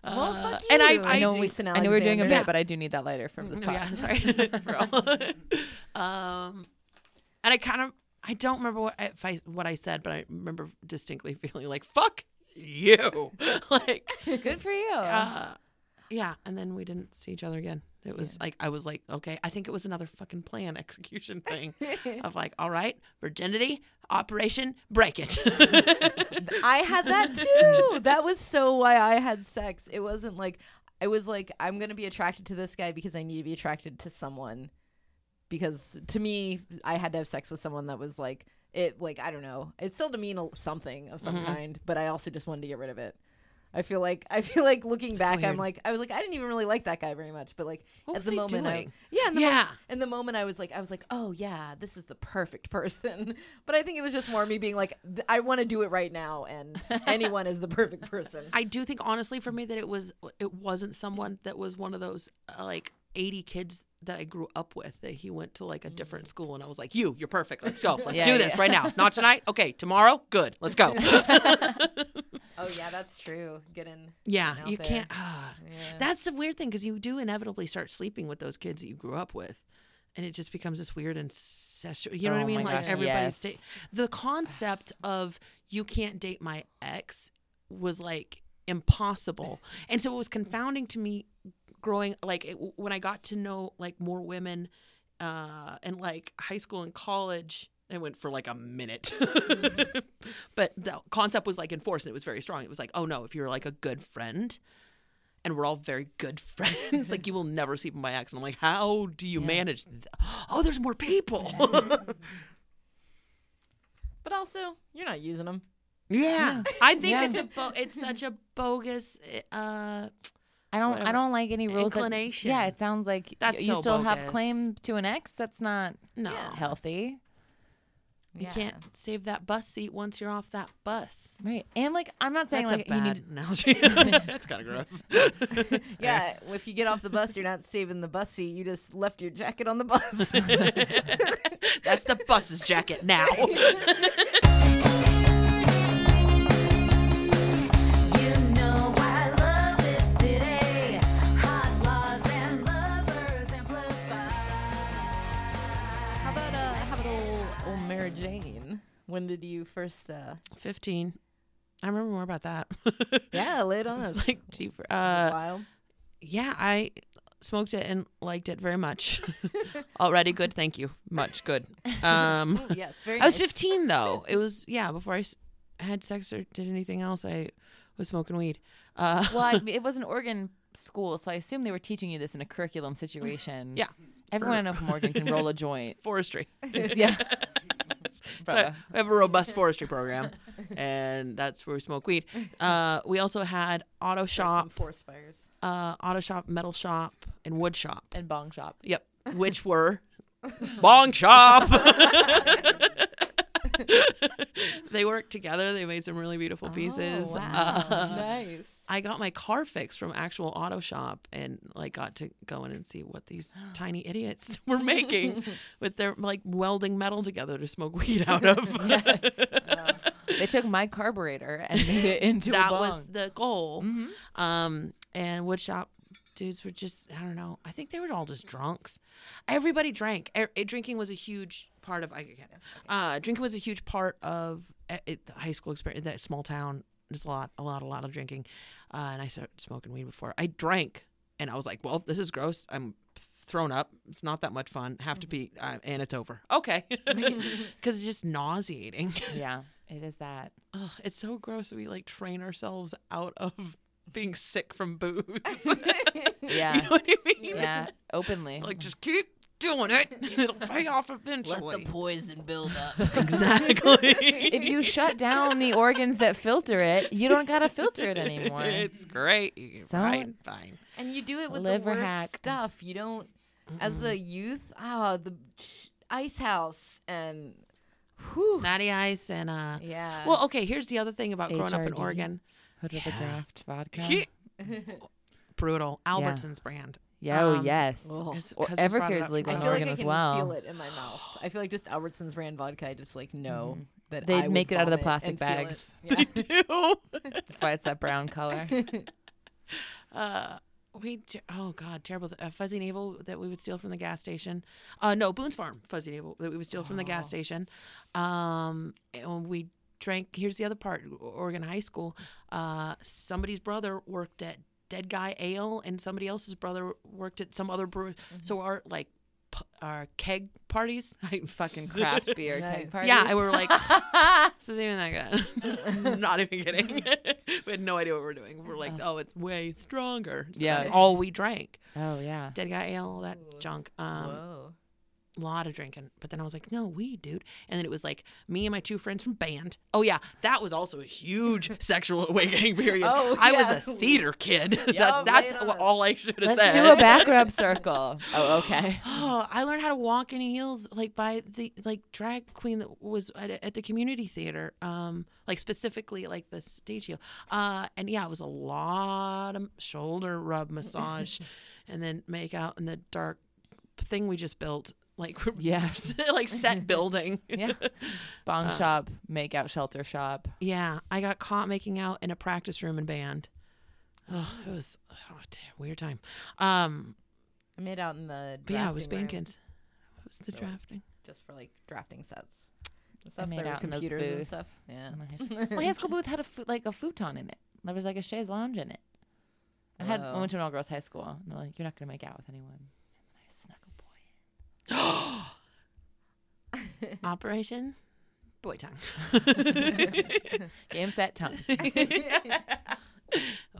Speaker 1: well, fuck you.
Speaker 4: Uh, and I- I
Speaker 2: know we,
Speaker 1: Jason
Speaker 2: I know we're doing a bit,
Speaker 1: Alexander.
Speaker 2: but I do need that lighter from this
Speaker 4: No,
Speaker 2: podcast. <laughs>
Speaker 4: <laughs> yeah, sorry. For all- um, and I kind of I don't remember what I- if I what I said, but I remember distinctly <laughs> feeling like "fuck you," <laughs> like
Speaker 2: Good for <laughs> you.
Speaker 4: uh, yeah. And then we didn't see each other again. It was like I was like, okay, I think it was another fucking plan <laughs>
Speaker 2: <laughs>
Speaker 4: execution thing of like, all right, virginity operation,
Speaker 2: <laughs>
Speaker 4: break it. <laughs>
Speaker 1: I had that too. That was so why I had sex. It wasn't like I was like I'm going to be attracted to this guy because I need to be attracted to someone because to me I had to have sex with someone that was like it like I don't know. It still to mean a- something of
Speaker 4: Mm-hmm.
Speaker 1: some kind, but I also just wanted to get rid of it. I feel like I feel like looking back, I'm
Speaker 4: weird.
Speaker 1: like I was like I didn't even really like that guy very much, but like
Speaker 4: What
Speaker 1: at
Speaker 4: was
Speaker 1: the
Speaker 4: he
Speaker 1: moment, I,
Speaker 4: doing?
Speaker 1: yeah, in the
Speaker 4: Yeah.
Speaker 1: and the moment I was like, I was like, oh yeah, this is the perfect <laughs> person. But I think it was just more me being like, th- I want to do it right now, <laughs> and anyone is the perfect person.
Speaker 4: I do think honestly for me that it was it wasn't someone that was one of those uh, like 80 kids that I grew up with that he went to like a different school and I was like you you're perfect let's go let's
Speaker 2: Yeah,
Speaker 4: do this
Speaker 2: yeah.
Speaker 4: right now not tonight okay tomorrow good let's go
Speaker 1: Oh yeah, that's true. Getting
Speaker 4: yeah
Speaker 1: Out
Speaker 4: you
Speaker 1: there.
Speaker 4: can't ah. that's the weird thing because you do inevitably start sleeping with those kids that you grew up with and it just becomes this weird incestuous you know what I
Speaker 2: Oh
Speaker 4: mean
Speaker 2: my
Speaker 4: like
Speaker 2: gosh,
Speaker 4: everybody's
Speaker 2: yes.
Speaker 4: da- the concept of you can't date my ex was like impossible and so it was confounding to me growing like it, when i got to know like more women uh in like high school and college it went for like a minute
Speaker 2: Mm-hmm.
Speaker 4: <laughs> but the concept was like enforced and it was very strong it was like oh no if you're like a good friend and we're all very good <laughs> friends like you will never sleep with my ex and i'm like how do you manage th- <gasps> oh there's
Speaker 2: <laughs>
Speaker 4: more people
Speaker 1: but also you're not using them.
Speaker 4: yeah i think
Speaker 2: Yeah.
Speaker 4: it's a bo- it's such a bogus uh
Speaker 2: I don't. I
Speaker 4: whatever.
Speaker 2: don't like any rules. that-
Speaker 4: Inclination.
Speaker 2: yeah, it sounds like
Speaker 4: That's
Speaker 2: you
Speaker 4: so
Speaker 2: still have
Speaker 4: bogus.
Speaker 2: claim to an ex. That's not
Speaker 4: no
Speaker 2: healthy,
Speaker 4: You can't save that bus seat once you're off that bus.
Speaker 2: right? And like, I'm not saying
Speaker 4: That's
Speaker 2: like
Speaker 4: a
Speaker 2: you
Speaker 4: bad
Speaker 2: need. To,
Speaker 4: analogy. <laughs> That's kind of gross.
Speaker 1: Yeah, <laughs> if you get off the bus, you're not saving the bus seat. You just left your jacket on the bus.
Speaker 4: That's the bus's
Speaker 2: <laughs>
Speaker 4: jacket now.
Speaker 3: You know I love this city. Hot laws and lovers amplified.
Speaker 1: <laughs> how about uh, how about old, old Mary Jane? When did you first? uh
Speaker 4: 15. I remember more about that.
Speaker 1: Yeah, lay it on us.
Speaker 4: <laughs> It's like deeper.
Speaker 1: A
Speaker 4: Uh,
Speaker 1: while.
Speaker 4: yeah, I smoked it and liked it very much. <laughs> Already good, thank you. Much
Speaker 2: <laughs>
Speaker 4: good. Um,
Speaker 1: Yes,
Speaker 2: Oh,
Speaker 1: very.
Speaker 4: I was
Speaker 1: nice.
Speaker 4: 15 though. It was yeah before I s- had sex or did anything else. I was smoking weed. Uh,
Speaker 2: <laughs> well,
Speaker 4: <laughs>
Speaker 2: I, it was an Oregon school, so I assume they were teaching you this in a curriculum situation.
Speaker 4: Yeah.
Speaker 2: everyone I know from Oregon can
Speaker 4: <laughs>
Speaker 2: roll a joint.
Speaker 4: forestry.
Speaker 2: Just- <laughs> yeah,
Speaker 4: <laughs> So we have a robust forestry program, and that's where we smoke weed. Uh, we also had auto
Speaker 1: Some
Speaker 4: shop,
Speaker 1: forest fires.
Speaker 4: uh, auto shop, metal shop, and wood shop.
Speaker 2: and bong shop.
Speaker 4: Yep, which were
Speaker 1: <laughs>
Speaker 4: bong shop. <laughs> they worked together. They made some really beautiful pieces.
Speaker 1: Oh,
Speaker 4: Uh,
Speaker 1: wow. <laughs> nice.
Speaker 4: I got my car fixed from actual auto shop and like got to go in and see what
Speaker 1: <gasps>
Speaker 4: these tiny idiots <laughs> were
Speaker 1: <laughs>
Speaker 4: making with their like welding metal together to smoke weed out
Speaker 1: <laughs>
Speaker 4: of.
Speaker 2: Yes. <laughs> They took my carburetor and made
Speaker 4: <laughs>
Speaker 2: it into a
Speaker 4: that
Speaker 2: bong. Mm-hmm.
Speaker 4: was the goal. Um, and woodshop dudes were just I don't know. I think they were all just drunks. Everybody drank. Er, eh, drinking was a huge part of I can't. Uh, drinking was a huge part of eh, it, the high school experience. That small town, just a lot, a lot, a lot of drinking. Uh, and I started smoking weed before I drank, and I was like, well, this is gross. I'm thrown up it's not that much fun have
Speaker 2: Mm-hmm.
Speaker 4: to be uh, and it's over
Speaker 2: <laughs>
Speaker 4: okay <laughs> because it's just nauseating <laughs>
Speaker 2: yeah, it is that.
Speaker 4: Ugh, it's so gross that we like train ourselves out of being sick from booze. <laughs>
Speaker 2: Yeah,
Speaker 4: <laughs> you know what I mean?
Speaker 2: yeah, openly.
Speaker 4: <laughs> Like just keep doing it. It'll pay off <laughs> eventually.
Speaker 1: poison build up. <laughs>
Speaker 4: <laughs> exactly.
Speaker 2: if you shut down the organs that filter it, you don't gotta filter it anymore.
Speaker 4: <laughs> it's great.
Speaker 2: So-
Speaker 4: fine, fine.
Speaker 1: and you do it with
Speaker 2: Liver
Speaker 1: the worst
Speaker 2: hack.
Speaker 1: stuff. You don't, as a youth, ah, the ch- ice house and whew,
Speaker 4: Natty ice and uh.
Speaker 1: yeah.
Speaker 4: Well, okay. Here's the other thing about growing up in
Speaker 2: HRD.
Speaker 4: Oregon.
Speaker 2: Hood with a draft vodka. <laughs>
Speaker 4: Brutal. Albertson's brand.
Speaker 2: Yeah, oh
Speaker 4: Um,
Speaker 2: yes.
Speaker 1: Ugh.
Speaker 4: It's-
Speaker 2: Or
Speaker 4: 'cause it's brought
Speaker 2: Evercare
Speaker 4: it
Speaker 2: is
Speaker 4: up
Speaker 2: legal
Speaker 1: I
Speaker 2: in
Speaker 1: feel like
Speaker 2: Oregon
Speaker 1: I
Speaker 2: as
Speaker 1: can
Speaker 2: well.
Speaker 1: feel it in my mouth. I feel like just Albertsons brand vodka. I just like know that
Speaker 2: They'd
Speaker 1: I would
Speaker 2: Mm-hmm. make it out of the
Speaker 1: vomit and
Speaker 2: plastic
Speaker 1: feel it.
Speaker 2: <laughs> bags.
Speaker 1: Yeah.
Speaker 4: from-
Speaker 2: That's why it's that brown color.
Speaker 4: uh, we ter- oh god terrible th- uh, fuzzy and evil that we would steal from the gas station uh no boone's farm fuzzy and evil that we would steal from the gas station um and we drank here's the other part oregon high school uh somebody's brother worked at dead guy ale and somebody else's brother worked at some other brewery so our like p- our keg parties <laughs> I
Speaker 2: <laughs> Fucking craft beer
Speaker 1: Nice.
Speaker 2: keg parties.
Speaker 4: yeah, and we
Speaker 1: <laughs>
Speaker 4: were like, this isn't even that good. <laughs> Not even kidding. we had no idea what we were doing. We are like, oh, it's way stronger. So
Speaker 2: Yes.
Speaker 4: that's all we drank.
Speaker 2: oh yeah.
Speaker 4: Dead guy ale, all that junk. Um,
Speaker 1: Whoa.
Speaker 4: a lot of drinking. But then I was like, no, we, dude. And then it was like me and my two friends from band. Oh yeah, that was also a huge
Speaker 1: <laughs>
Speaker 4: sexual awakening period.
Speaker 1: Oh,
Speaker 4: I
Speaker 1: yeah.
Speaker 4: was a theater kid.
Speaker 1: <laughs> Yeah,
Speaker 4: that, that's
Speaker 1: right on.
Speaker 4: all I should have
Speaker 2: Let's
Speaker 4: said.
Speaker 2: do a back rub circle. Oh, okay.
Speaker 4: Oh, <gasps> I learned how to walk in heels like by the like drag queen that was at, at the community theater, um, like specifically like the stage heel. Uh, and yeah, it was a lot of shoulder rub massage, and then make out in the dark thing we just built, like <laughs>
Speaker 2: Yeah.
Speaker 4: like set building.
Speaker 2: <laughs> Yeah. Bong shop, make out shelter shop.
Speaker 4: Yeah, I got caught making out in a practice room in band. Oh, it was oh, damn, weird time. Um,
Speaker 1: I made out in the
Speaker 4: but yeah, it was
Speaker 1: drafting room
Speaker 4: Bankins. It was the drafting.
Speaker 1: just for like drafting sets. And stuff
Speaker 2: made
Speaker 1: there were
Speaker 2: out in the
Speaker 1: computers and
Speaker 2: booth.
Speaker 1: stuff. Yeah.
Speaker 2: Oh, My high school booth had a fu- like a futon in it. There was like a chaise lounge in it. I had I
Speaker 1: Whoa.
Speaker 2: went to an all girls high school, and they're like, "You're not gonna make out with anyone." And then I snuck a boy.
Speaker 4: Operation Boy Time.
Speaker 2: in. Game set time.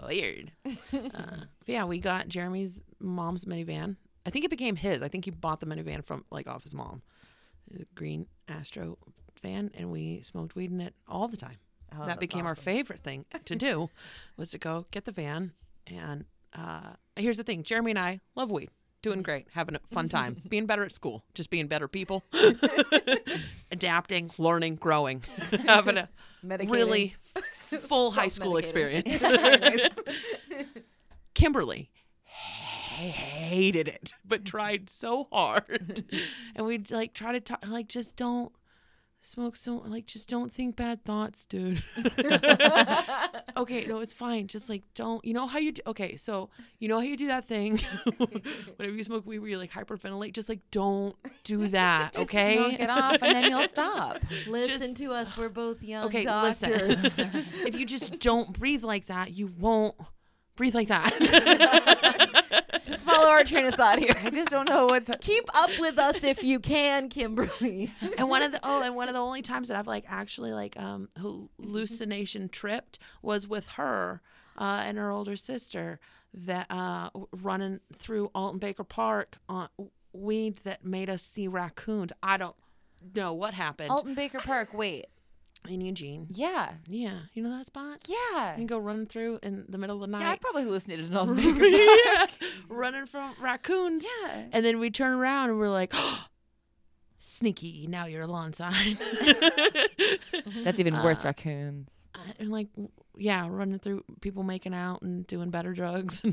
Speaker 4: Weird. Uh, but yeah, we got Jeremy's mom's minivan. I think it became his. I think he bought the minivan from like off his mom. It was a green Astro van, and we smoked weed in it all the time.
Speaker 1: Oh,
Speaker 4: that
Speaker 1: that's
Speaker 4: became our favorite thing to
Speaker 1: <laughs>
Speaker 4: do was to go get the van and uh, here's the thing jeremy and i love weed
Speaker 1: Mm-hmm.
Speaker 4: doing great
Speaker 1: <laughs>
Speaker 4: having a fun time being better at school just being better people adapting
Speaker 1: <laughs>
Speaker 4: learning growing having a
Speaker 1: Medicating. <laughs>
Speaker 4: really f- full high school experience <laughs> kimberly hated it but tried so
Speaker 1: <laughs>
Speaker 4: hard and we'd like try to talk like just don't smoke so like just don't think bad thoughts dude <laughs> okay no it's fine just like don't you know how you do okay so you know how you do that thing <laughs> whenever you smoke weed where you like hyperventilate just like don't
Speaker 1: <laughs>
Speaker 4: do that okay
Speaker 2: Don't get
Speaker 4: <laughs>
Speaker 2: off, and then you'll stop.
Speaker 1: Listen
Speaker 4: Just-
Speaker 1: to us. We're both young
Speaker 4: Okay,
Speaker 1: doctors.
Speaker 4: listen. <laughs> if you just don't breathe like that, you won't breathe
Speaker 1: <laughs>
Speaker 4: like that.
Speaker 1: Just follow our train of thought here.
Speaker 2: I just don't know what's.
Speaker 1: Keep up with us if you can, Kimberly.
Speaker 4: and one of the oh, and one of the only times that I've like actually like um hallucination tripped was with her uh, and her older sister that uh w- running through Alton Baker Park on weed that made us see raccoons. I don't know what happened
Speaker 2: Alton Baker Park. Wait.
Speaker 4: in Eugene.
Speaker 2: Yeah.
Speaker 4: Yeah, you know that spot.
Speaker 2: Yeah.
Speaker 4: You can go running through in the middle of the night.
Speaker 2: Yeah, I probably hallucinated <laughs> an Alton
Speaker 4: <laughs>
Speaker 2: Baker Park.
Speaker 4: Yeah. running from
Speaker 2: <laughs>
Speaker 4: raccoons.
Speaker 2: Yeah.
Speaker 4: And then we turn around and we're like, <gasps> sneaky, now
Speaker 2: <laughs>
Speaker 4: you're <laughs> alongside.
Speaker 2: That's even worse, raccoons.
Speaker 4: Uh, and like, yeah, running through people making out and doing better drugs. <laughs>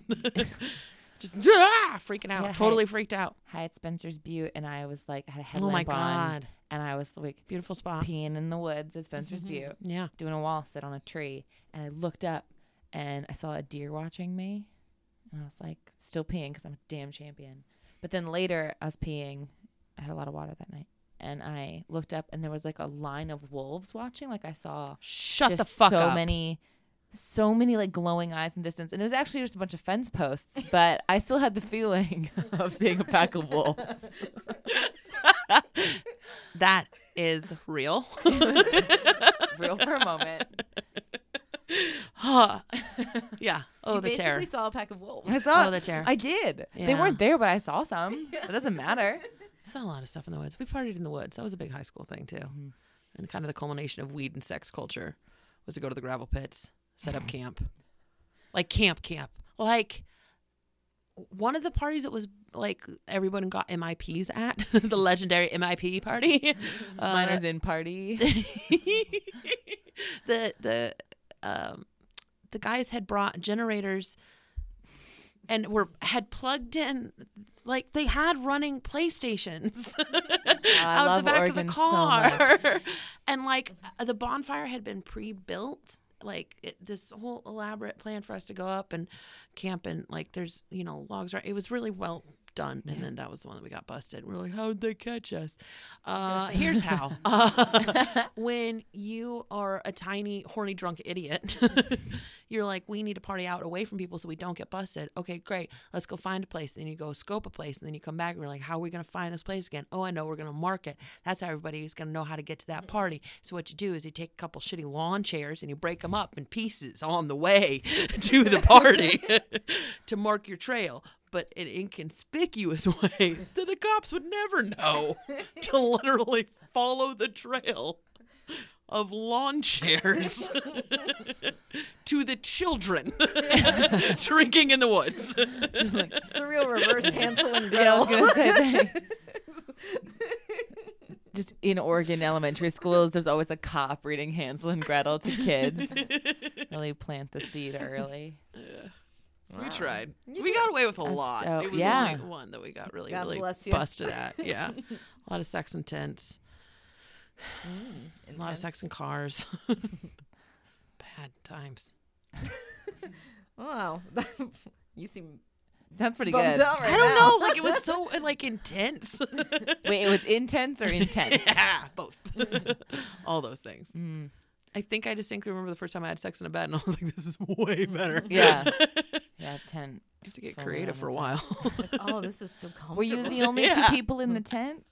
Speaker 4: Just ah, freaking out.
Speaker 2: Yeah, hey.
Speaker 4: totally freaked out.
Speaker 2: Hi, at Spencer's Butte, and I was like, I had a
Speaker 4: Oh
Speaker 2: headlamp
Speaker 4: my
Speaker 2: on,
Speaker 4: God.
Speaker 2: and I was like
Speaker 4: Beautiful spot.
Speaker 2: peeing in the woods at
Speaker 4: Mm-hmm.
Speaker 2: Spencer's Butte,
Speaker 4: Yeah.
Speaker 2: doing a wall sit on a tree, and I looked up, and I saw a deer watching me, and I was like, still peeing because I'm a damn champion. But then later, I was peeing. I had a lot of water that night, and I looked up, and there was like a line of wolves watching. Like I saw
Speaker 4: Shut the
Speaker 2: just
Speaker 4: fuck
Speaker 2: so
Speaker 4: up.
Speaker 2: many so many like glowing eyes in the distance and it was actually just a bunch of fence <laughs> posts but i still had the feeling <laughs> of seeing a pack of wolves
Speaker 4: <laughs> That is real.
Speaker 2: <laughs> real for a moment
Speaker 4: Huh. <laughs> yeah. Oh,
Speaker 1: you
Speaker 4: the
Speaker 1: basically
Speaker 4: terror.
Speaker 1: saw a pack of wolves.
Speaker 2: i saw
Speaker 4: Oh, the terror.
Speaker 2: i did they
Speaker 4: Yeah.
Speaker 2: weren't there but i saw some it doesn't <laughs> matter
Speaker 4: saw a lot of stuff in the woods. We partied in the woods. That was a big high school thing too, and kind of the culmination of weed and sex culture was to go to the gravel pits, set up camp, like camp camp. Like one of the parties that was like everyone got MIPs at <laughs> the legendary MIP party. Uh,
Speaker 2: miners in party <laughs>
Speaker 4: <laughs> the the um the guys had brought generators and were had plugged in like they had running PlayStations <laughs> out
Speaker 2: Oh, love
Speaker 4: the back
Speaker 2: Oregon
Speaker 4: <laughs> of the
Speaker 2: so
Speaker 4: car. and like the bonfire had been pre-built like it, this whole elaborate plan for us to go up and camp and like there's you know logs right. It was really well done, and then that was the one that we got busted. We're like, how'd they catch us? Uh, <laughs> here's how: Uh, when you are a tiny horny drunk idiot, <laughs> you're like, we need to party out away from people so we don't get busted. Okay, great. Let's go find a place. Then you go scope a place, and then you come back. And we're like, how are we gonna find this place again? Oh, I know. We're gonna mark it. That's how everybody's gonna know how to get to that party. So what you do is you take a couple shitty lawn chairs and you break them up in pieces on the way <laughs> to the party <laughs> to mark your trail. But in inconspicuous <laughs> ways that the cops would never know to literally follow the trail of lawn chairs <laughs> to the children <laughs> drinking in the woods. <laughs>
Speaker 1: It's a real reverse Hansel and
Speaker 2: Yeah, I <laughs> was
Speaker 1: Gretel.
Speaker 2: gonna say that. <laughs> Just in Oregon elementary schools, there's always a cop reading Hansel and Gretel to <laughs> kids. really plant the seed early.
Speaker 4: We tried. we got away with a
Speaker 2: That's
Speaker 4: lot.
Speaker 2: so-
Speaker 4: it was
Speaker 2: yeah.
Speaker 4: only one that we got really,
Speaker 1: God
Speaker 4: really
Speaker 1: bless you.
Speaker 4: busted at. Yeah. a lot of sex and tents. A lot of
Speaker 1: intense.
Speaker 4: sex in cars. <laughs> Bad times.
Speaker 1: Wow, <laughs> you seem
Speaker 2: Sounds pretty
Speaker 1: bummed
Speaker 2: good.
Speaker 1: out right
Speaker 4: I don't
Speaker 1: now.
Speaker 4: know. Like it was so uh, like intense. <laughs>
Speaker 2: Wait, it was intense
Speaker 1: <laughs>
Speaker 2: or intense?
Speaker 4: yeah, both. <laughs> All those things. I think I distinctly remember the first time I had sex in a bed, and I was like, "This is way better."
Speaker 2: Yeah. <laughs> Yeah, ten.
Speaker 4: I have to get
Speaker 2: Full
Speaker 4: creative
Speaker 2: on
Speaker 4: for a
Speaker 2: is
Speaker 4: while. <laughs>
Speaker 1: <laughs> Oh, this is so comfortable.
Speaker 2: Were you the only
Speaker 4: Yeah.
Speaker 2: two people in the tent?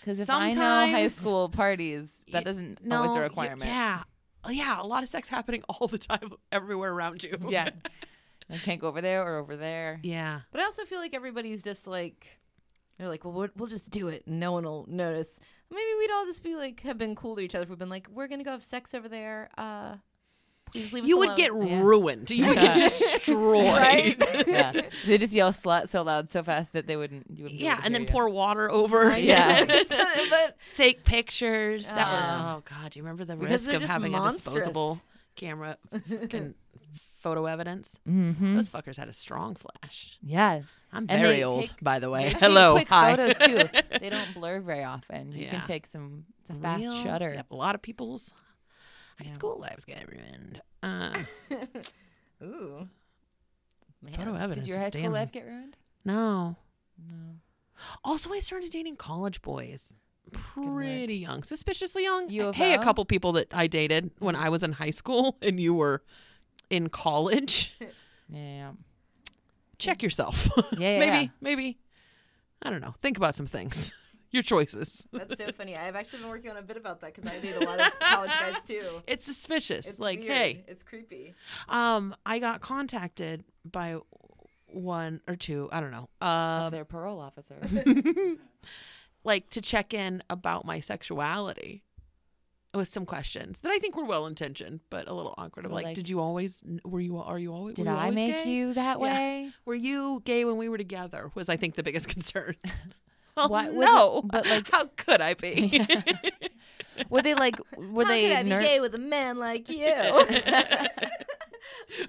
Speaker 2: Because if I know high
Speaker 4: Sometimes-
Speaker 2: school parties,
Speaker 4: Y-
Speaker 2: that doesn't always
Speaker 4: y-
Speaker 2: a requirement.
Speaker 4: Yeah, Oh, yeah, a lot of sex happening all the time, everywhere around you.
Speaker 2: yeah. I can't go over there or over there.
Speaker 4: yeah.
Speaker 1: But I also feel like everybody's just like, they're like, well, we'll, we'll just do it. and No one will notice. Maybe we'd all just be like, have been cool to each other. If we've been like, we're gonna go have sex over there. Uh, please leave.
Speaker 4: You
Speaker 1: us
Speaker 4: would
Speaker 1: alone."
Speaker 4: get ruined. You would get <laughs>
Speaker 1: <laughs>
Speaker 4: destroyed.
Speaker 1: right.
Speaker 2: yeah. <laughs> They just yell slut so loud so fast that they wouldn't you wouldn't be able
Speaker 4: Yeah,
Speaker 2: to
Speaker 4: and
Speaker 2: hear
Speaker 4: then
Speaker 2: you.
Speaker 4: pour water over. <laughs>
Speaker 2: Yeah.
Speaker 1: <laughs> but
Speaker 4: Take <laughs> pictures. That
Speaker 2: Yeah.
Speaker 4: was oh god. Do you remember the
Speaker 1: Because
Speaker 4: risk
Speaker 1: they're
Speaker 4: of
Speaker 1: just
Speaker 4: having
Speaker 1: monstrous.
Speaker 4: a disposable camera and photo evidence?
Speaker 2: Mhm.
Speaker 4: Those fuckers had a strong flash.
Speaker 2: Yeah.
Speaker 4: I'm
Speaker 2: And
Speaker 4: very
Speaker 2: they
Speaker 4: old,
Speaker 2: take-
Speaker 4: by the way.
Speaker 2: They
Speaker 4: Hello,
Speaker 2: take quick
Speaker 4: hi.
Speaker 2: photos <laughs> too. They don't blur very often. You
Speaker 4: Yeah.
Speaker 2: can take some it's a <laughs> fast
Speaker 4: Real-
Speaker 2: shutter.
Speaker 4: Yep, a lot of people's high
Speaker 2: Yeah.
Speaker 4: school lives get ruined. Uh, <laughs>
Speaker 1: ooh,
Speaker 4: photo
Speaker 1: man,
Speaker 4: evidence.
Speaker 2: Did your
Speaker 4: is
Speaker 2: high school
Speaker 4: damning.
Speaker 2: life get ruined?
Speaker 4: No.
Speaker 2: No.
Speaker 4: Also, I started dating college boys pretty young, suspiciously young.
Speaker 2: U of
Speaker 4: hey, a
Speaker 2: O?
Speaker 4: couple people that I dated when
Speaker 1: Mm-hmm.
Speaker 4: I was in high school <laughs> and you were in
Speaker 1: <laughs>
Speaker 4: college.
Speaker 2: Yeah.
Speaker 4: Um, Check yourself.
Speaker 2: Yeah, yeah,
Speaker 4: <laughs> maybe,
Speaker 2: yeah.
Speaker 4: maybe. I don't know. Think about some things. <laughs> Your choices.
Speaker 1: that's so funny. I've actually been working on a bit about that because I date a lot
Speaker 4: <laughs>
Speaker 1: of college guys too.
Speaker 4: It's suspicious.
Speaker 1: It's
Speaker 4: like,
Speaker 1: weird.
Speaker 4: hey,
Speaker 1: it's creepy.
Speaker 4: Um, I got contacted by one or two, I don't know,
Speaker 2: Of
Speaker 4: uh,
Speaker 2: their parole officer.
Speaker 4: <laughs> like to check in about my sexuality with some questions that I think were well intentioned, but a little awkward. Of
Speaker 2: Well,
Speaker 4: like,
Speaker 2: like,
Speaker 4: did you always were you are you always
Speaker 2: Did
Speaker 4: were you
Speaker 2: I
Speaker 4: always
Speaker 2: make
Speaker 4: gay?
Speaker 2: you that
Speaker 4: Yeah. <laughs>
Speaker 2: way?
Speaker 4: Were you gay when we were together? Was I think the biggest <laughs> concern. well,
Speaker 2: Why was it-
Speaker 4: no,
Speaker 2: but, like-
Speaker 4: how could I be?
Speaker 2: Were they like were
Speaker 1: How
Speaker 2: they
Speaker 1: could I be
Speaker 2: ner-
Speaker 1: gay with a man like you?
Speaker 4: <laughs>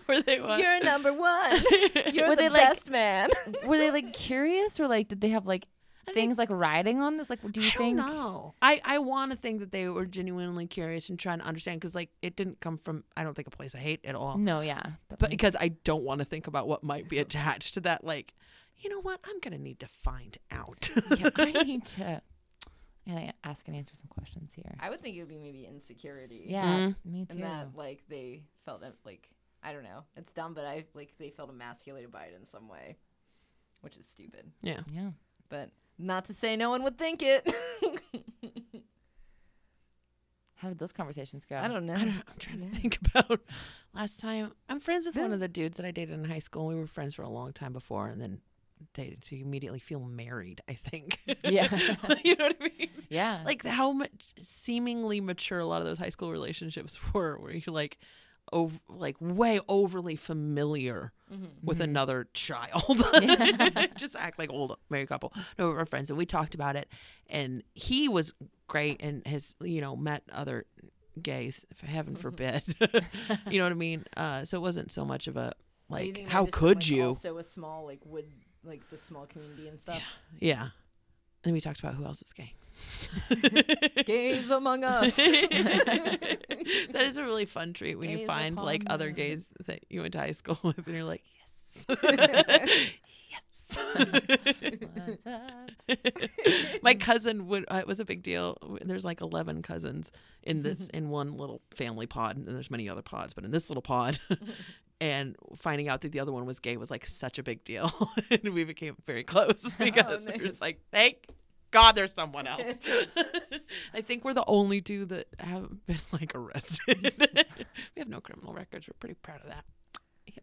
Speaker 4: were they what? <laughs>
Speaker 1: You're number <laughs> one. You're
Speaker 2: Were
Speaker 1: the
Speaker 2: they, like-
Speaker 1: best <laughs> man.
Speaker 2: were they like curious or like did they have like things like riding on this? Like do you
Speaker 4: I
Speaker 2: think
Speaker 4: don't know. I, I want to think that they were genuinely curious and trying to understand because like it didn't come from I don't think a place I hate at all.
Speaker 2: No, yeah. But,
Speaker 4: But
Speaker 2: like,
Speaker 4: because I don't want to think about what might be attached to that, like, you know what? I'm gonna need to find out. <laughs>
Speaker 2: yeah, <laughs> I need to and I ask and answer some questions here.
Speaker 1: I would think it would be maybe insecurity.
Speaker 2: Yeah, me too.
Speaker 1: and that like they felt em- like I don't know. It's dumb, but I like they felt emasculated by it in some way, which is stupid.
Speaker 4: yeah.
Speaker 2: yeah.
Speaker 1: But not to say no one would think it. <laughs>
Speaker 2: How did those conversations go?
Speaker 1: I don't know.
Speaker 4: I don't, I'm trying to think about last time. I'm friends with one of the dudes that I dated in high school. We were friends for a long time before, and then dated. So you immediately feel married. I <laughs> think.
Speaker 2: Yeah.
Speaker 4: you know what I mean?
Speaker 1: <laughs>
Speaker 2: Yeah.
Speaker 4: <laughs> like how much seemingly mature a lot of those high school relationships <laughs> were where you're like over like way overly familiar
Speaker 1: Mm-hmm.
Speaker 4: with another child <laughs> just act like old married couple no we were friends and we talked about it and he was great and has you know met other gays for
Speaker 1: Mm-hmm.
Speaker 4: heaven forbid <laughs> you know what i mean uh so it wasn't so much of a
Speaker 1: Or do you
Speaker 4: like
Speaker 1: think they
Speaker 4: how
Speaker 1: just,
Speaker 4: could
Speaker 1: like,
Speaker 4: you
Speaker 1: Also, a small like would like the small community and stuff.
Speaker 4: yeah then we talked about who else
Speaker 1: <laughs>
Speaker 4: is gay.
Speaker 1: Gays <laughs> among us.
Speaker 4: that is a really fun treat when you
Speaker 1: Gays
Speaker 4: find like
Speaker 1: upon
Speaker 4: other
Speaker 1: us.
Speaker 4: gays that you went to high school <laughs> with, and
Speaker 1: <laughs>
Speaker 4: you're like, yes, <laughs>
Speaker 1: <laughs>
Speaker 4: yes. <laughs>
Speaker 2: What's up?
Speaker 4: My cousin would. uh, It was a big deal. There's like eleven cousins in this in one little family pod, and there's many other pods, but in this little pod. <laughs> And finding out that the other one was gay was like such a big deal, <laughs> and we became very close because we were just like, "Thank God, there's someone else." I think we're the only two that haven't been like arrested. <laughs> we have no criminal records. We're pretty proud of that. <laughs>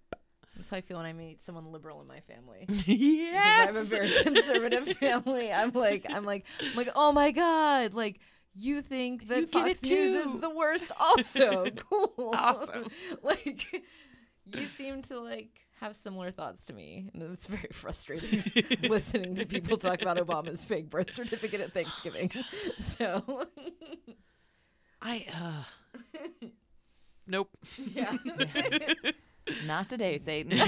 Speaker 1: That's how I feel when I meet someone liberal in my family.
Speaker 4: yes,
Speaker 1: I'm a very <laughs>
Speaker 4: <laughs>
Speaker 1: conservative family. I'm like, I'm like, I'm like, oh my god, like you think that
Speaker 4: You get
Speaker 1: Fox
Speaker 4: it
Speaker 1: News
Speaker 4: too."
Speaker 1: is the worst? <laughs>
Speaker 4: <laughs>
Speaker 1: Also, cool,
Speaker 4: Awesome.
Speaker 1: <laughs> like, you seem to like have similar thoughts to me, and it's very
Speaker 4: <laughs>
Speaker 1: frustrating listening to people talk about Obama's fake birth certificate at Thanksgiving. <laughs>
Speaker 4: <laughs>
Speaker 1: so,
Speaker 4: I. Uh, nope.
Speaker 1: yeah,
Speaker 2: Not today, Satan.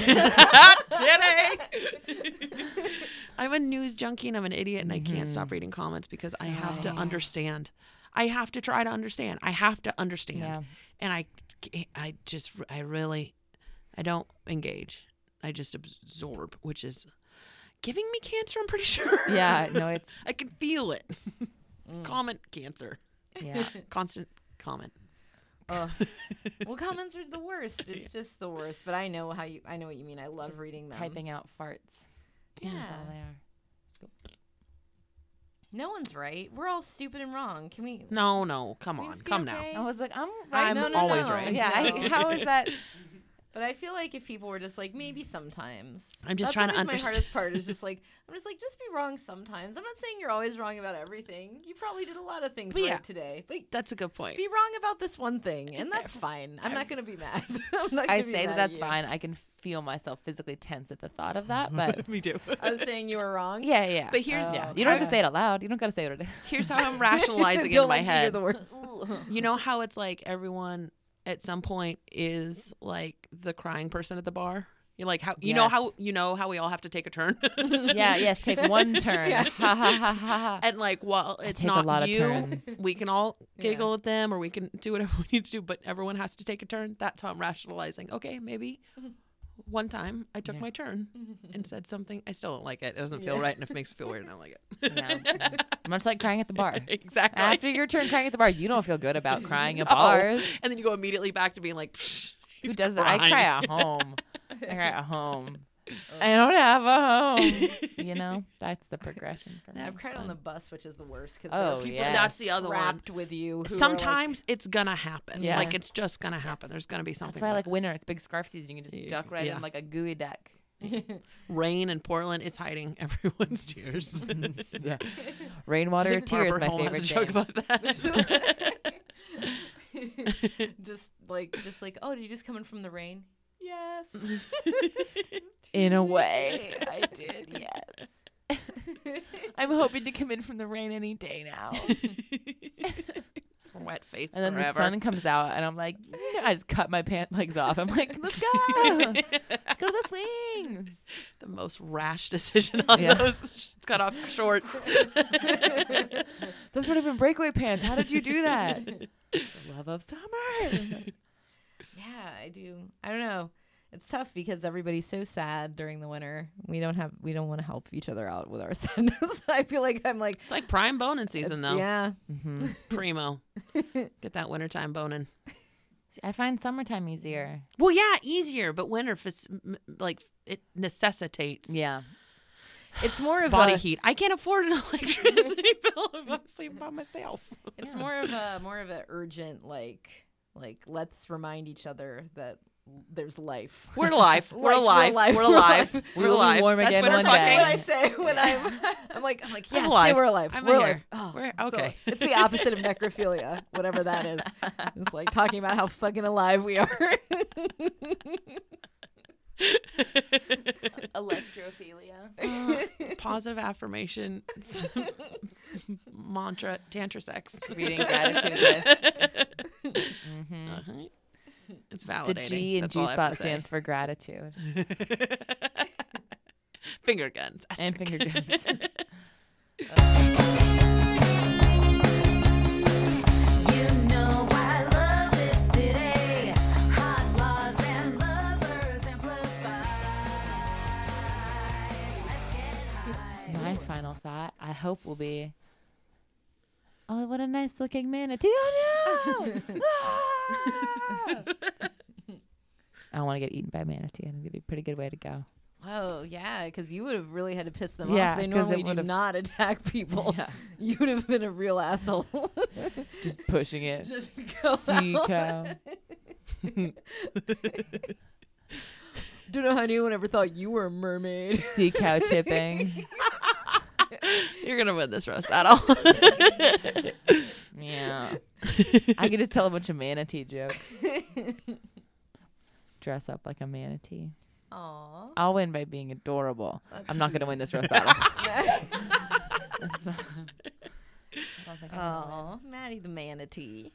Speaker 4: <laughs> I'm a news junkie and I'm an idiot and I can't
Speaker 2: Mm-hmm.
Speaker 4: stop reading comments because I have to understand. I have to try to understand. I have to understand.
Speaker 1: <laughs>
Speaker 2: <laughs> Yeah.
Speaker 4: And I ca- I just I really I don't engage. I just absorb, which is giving me cancer, I'm pretty <laughs> sure.
Speaker 2: yeah, Mm. no, it's
Speaker 4: I can feel it. Comment cancer.
Speaker 2: yeah.
Speaker 4: Constant comment. <laughs>
Speaker 1: Ugh. uh, well, comments are the worst. It's just the worst. But I know how you. I know what you mean. I love
Speaker 2: Just
Speaker 1: reading them.
Speaker 2: Typing out farts.
Speaker 1: Yeah.
Speaker 2: That's all they are.
Speaker 1: No one's right. We're all stupid and wrong. Can we?
Speaker 4: No, no, come
Speaker 1: we
Speaker 4: on.
Speaker 1: just be
Speaker 4: Come
Speaker 1: okay?
Speaker 4: now.
Speaker 2: I was like, I'm right.
Speaker 4: I'm
Speaker 1: no, no,
Speaker 4: always
Speaker 1: no.
Speaker 4: right.
Speaker 2: Yeah, I,
Speaker 1: No.
Speaker 2: how
Speaker 1: <laughs>
Speaker 2: is that?
Speaker 1: But I feel like if people were just like maybe sometimes,
Speaker 4: I'm just
Speaker 1: That's
Speaker 4: trying to
Speaker 1: always My
Speaker 4: understand.
Speaker 1: hardest part is just like I'm just like just be wrong sometimes. I'm not saying you're always wrong about everything. You probably did a lot of things
Speaker 4: But
Speaker 1: right
Speaker 4: yeah.
Speaker 1: today, but
Speaker 4: That's a good point.
Speaker 1: be wrong about this one thing, and that's fine. I'm not gonna be mad. <laughs> I'm not
Speaker 2: I
Speaker 1: gonna be
Speaker 2: say
Speaker 1: mad
Speaker 2: that
Speaker 1: at
Speaker 2: that's
Speaker 1: you.
Speaker 2: fine. I can feel myself physically tense at the thought of that,
Speaker 1: <laughs>
Speaker 2: but
Speaker 4: Me too.
Speaker 1: I was saying you were wrong.
Speaker 2: yeah, yeah.
Speaker 4: But here's-
Speaker 2: yeah.
Speaker 1: Oh,
Speaker 2: you don't have to
Speaker 1: okay.
Speaker 2: say it out loud. You don't got to say what it is.
Speaker 4: Here's
Speaker 2: <laughs>
Speaker 4: how
Speaker 1: <laughs>
Speaker 4: I'm rationalizing it
Speaker 1: Don't
Speaker 4: in my
Speaker 1: like to hear
Speaker 4: head.
Speaker 1: the words.
Speaker 4: you know how it's like everyone at some point is like the crying person at the bar you like how you know how
Speaker 2: Yes.
Speaker 4: you know how we all have to take a turn
Speaker 2: <laughs> yeah, yes. Take one turn.
Speaker 1: Yeah.
Speaker 2: Ha ha ha ha ha.
Speaker 4: and like well it's
Speaker 2: take a
Speaker 4: not
Speaker 2: lot of
Speaker 4: you
Speaker 2: turns.
Speaker 4: we can all
Speaker 1: Yeah.
Speaker 4: giggle at them or we can do whatever <laughs> we need to do but everyone has to take a turn that's how i'm rationalizing okay maybe one time i took
Speaker 2: Yeah.
Speaker 4: my turn and said something i still don't like it it doesn't feel
Speaker 1: Yeah.
Speaker 4: right and if it makes me feel weird and i don't like
Speaker 2: <laughs> Yeah.
Speaker 4: it
Speaker 2: Much like crying at the <laughs> bar.
Speaker 4: <laughs> exactly
Speaker 2: After your turn crying at the bar, you don't feel good about crying <laughs> at
Speaker 4: No.
Speaker 2: bars.
Speaker 4: and then you go immediately back to being like "Psh,
Speaker 2: Who
Speaker 4: he's
Speaker 2: does that? I
Speaker 4: crying."
Speaker 2: cry at home. I cry at <laughs> home. I don't have <laughs> a home. You know, that's the progression for me.
Speaker 1: I've
Speaker 2: It's
Speaker 1: cried on
Speaker 2: fun.
Speaker 1: the bus, which is the worst because there
Speaker 2: Oh,
Speaker 1: are people
Speaker 2: yeah.
Speaker 4: That's the other one.
Speaker 1: wrapped with you. who are, like,
Speaker 4: <laughs> sometimes it's gonna happen.
Speaker 2: Yeah.
Speaker 4: Like it's just gonna happen. There's gonna be something.
Speaker 2: That's why I like winter. It's big scarf season. You can
Speaker 4: Yeah.
Speaker 2: just duck right
Speaker 4: Yeah.
Speaker 2: in like a gooey duck.
Speaker 4: rain in Portland. It's hiding <laughs> everyone's tears.
Speaker 2: Yeah. Rainwater tears my favorite
Speaker 4: a joke
Speaker 2: thing.
Speaker 4: about
Speaker 2: <laughs>
Speaker 4: that. <laughs>
Speaker 1: just like just like oh, did you just come in from the rain?
Speaker 4: <laughs>
Speaker 1: Yes. <laughs>
Speaker 2: in a way, I did. Yes. <laughs> I'm hoping to come in from the rain any day now.
Speaker 4: Wet face
Speaker 2: And then
Speaker 4: forever.
Speaker 2: the sun comes out, and I'm like, "Yeah," I just cut my pant legs off. I'm like, let's go, let's go to the swings.
Speaker 4: The most rash decision on
Speaker 2: Yeah.
Speaker 4: those sh- cut off
Speaker 2: <laughs>
Speaker 4: shorts.
Speaker 2: Those weren't even breakaway pants. How did you do <laughs> that? the love of summer.
Speaker 1: Yeah, I do. I don't know. It's tough because everybody's so sad during the winter. We don't have we don't want to help each other out with our <laughs> sadness. I feel like I'm like
Speaker 4: it's like prime boning
Speaker 1: it's-
Speaker 4: season though.
Speaker 1: Yeah.
Speaker 2: hmm <laughs>
Speaker 4: Primo. Get that wintertime boning.
Speaker 2: I find summertime easier.
Speaker 4: Well, yeah, easier, but winter if it's m- like it necessitates
Speaker 2: Yeah.
Speaker 1: It's more of
Speaker 4: body
Speaker 1: a
Speaker 4: heat. I can't afford an <laughs> electricity bill if I'm sleeping by myself.
Speaker 1: it's more of a more of a urgent like like let's remind each other that there's life. <laughs>
Speaker 4: We're alive. We're
Speaker 1: Like, we're alive. <laughs>
Speaker 4: alive. We're
Speaker 1: We're
Speaker 4: alive.
Speaker 1: alive.
Speaker 4: We're
Speaker 2: We will be
Speaker 4: alive.
Speaker 2: warm
Speaker 4: That's
Speaker 2: again
Speaker 4: what
Speaker 2: one
Speaker 4: I'm
Speaker 1: That's
Speaker 4: talking
Speaker 1: like
Speaker 2: day.
Speaker 1: what <laughs>
Speaker 4: about.
Speaker 1: I say when I'm I'm like I'm like yes, say
Speaker 4: alive.
Speaker 1: we're alive.
Speaker 4: I'm
Speaker 1: we're
Speaker 4: in
Speaker 1: alive.
Speaker 4: here.
Speaker 1: Oh,
Speaker 4: We're-
Speaker 1: so
Speaker 4: okay.
Speaker 1: it's the opposite of necrophilia, whatever that <laughs> is. It's like talking about how fucking alive we are.
Speaker 2: Electrophilia.
Speaker 4: Uh,
Speaker 2: <laughs>
Speaker 4: Positive affirmation <laughs> s- mantra tantra sex.
Speaker 2: Reading gratitude lists.
Speaker 4: Uh-huh. It's
Speaker 2: The
Speaker 4: validating.
Speaker 2: G in
Speaker 4: That's
Speaker 2: G
Speaker 4: all I have
Speaker 2: spot
Speaker 4: to
Speaker 2: stands for gratitude
Speaker 4: say. <laughs> finger guns.
Speaker 2: and
Speaker 4: <laughs> asterisk.
Speaker 2: finger guns.
Speaker 3: You know I love this city. Hot laws and lovers amplify. Let's get high.
Speaker 2: My final thought, I hope, will be Oh, what a nice looking manatee. <laughs> Oh,
Speaker 1: <laughs>
Speaker 2: no! Ah! I want to get eaten by a manatee. I think it'd be a pretty good way to go.
Speaker 1: Whoa, yeah, because you would have really had to piss them
Speaker 2: Yeah,
Speaker 1: off. They
Speaker 2: 'cause
Speaker 1: normally
Speaker 2: it
Speaker 1: do
Speaker 2: would've-
Speaker 1: not attack people. <laughs> You would have been a real asshole. <laughs>
Speaker 2: Just pushing it.
Speaker 1: Just go
Speaker 2: Sea
Speaker 1: out. <laughs>
Speaker 2: cow.
Speaker 1: Don't know how anyone ever thought you were a mermaid.
Speaker 2: Sea <laughs> cow tipping.
Speaker 4: You're gonna win this roast battle.
Speaker 2: <laughs> Yeah. I could just tell a bunch of manatee jokes.
Speaker 4: <laughs>
Speaker 2: Dress up like a manatee.
Speaker 1: Aw.
Speaker 2: I'll win by being adorable. I'm not going to win this roast battle. <laughs> That's not- I don't think I'm gonna win.
Speaker 1: Aw, Maddie the manatee.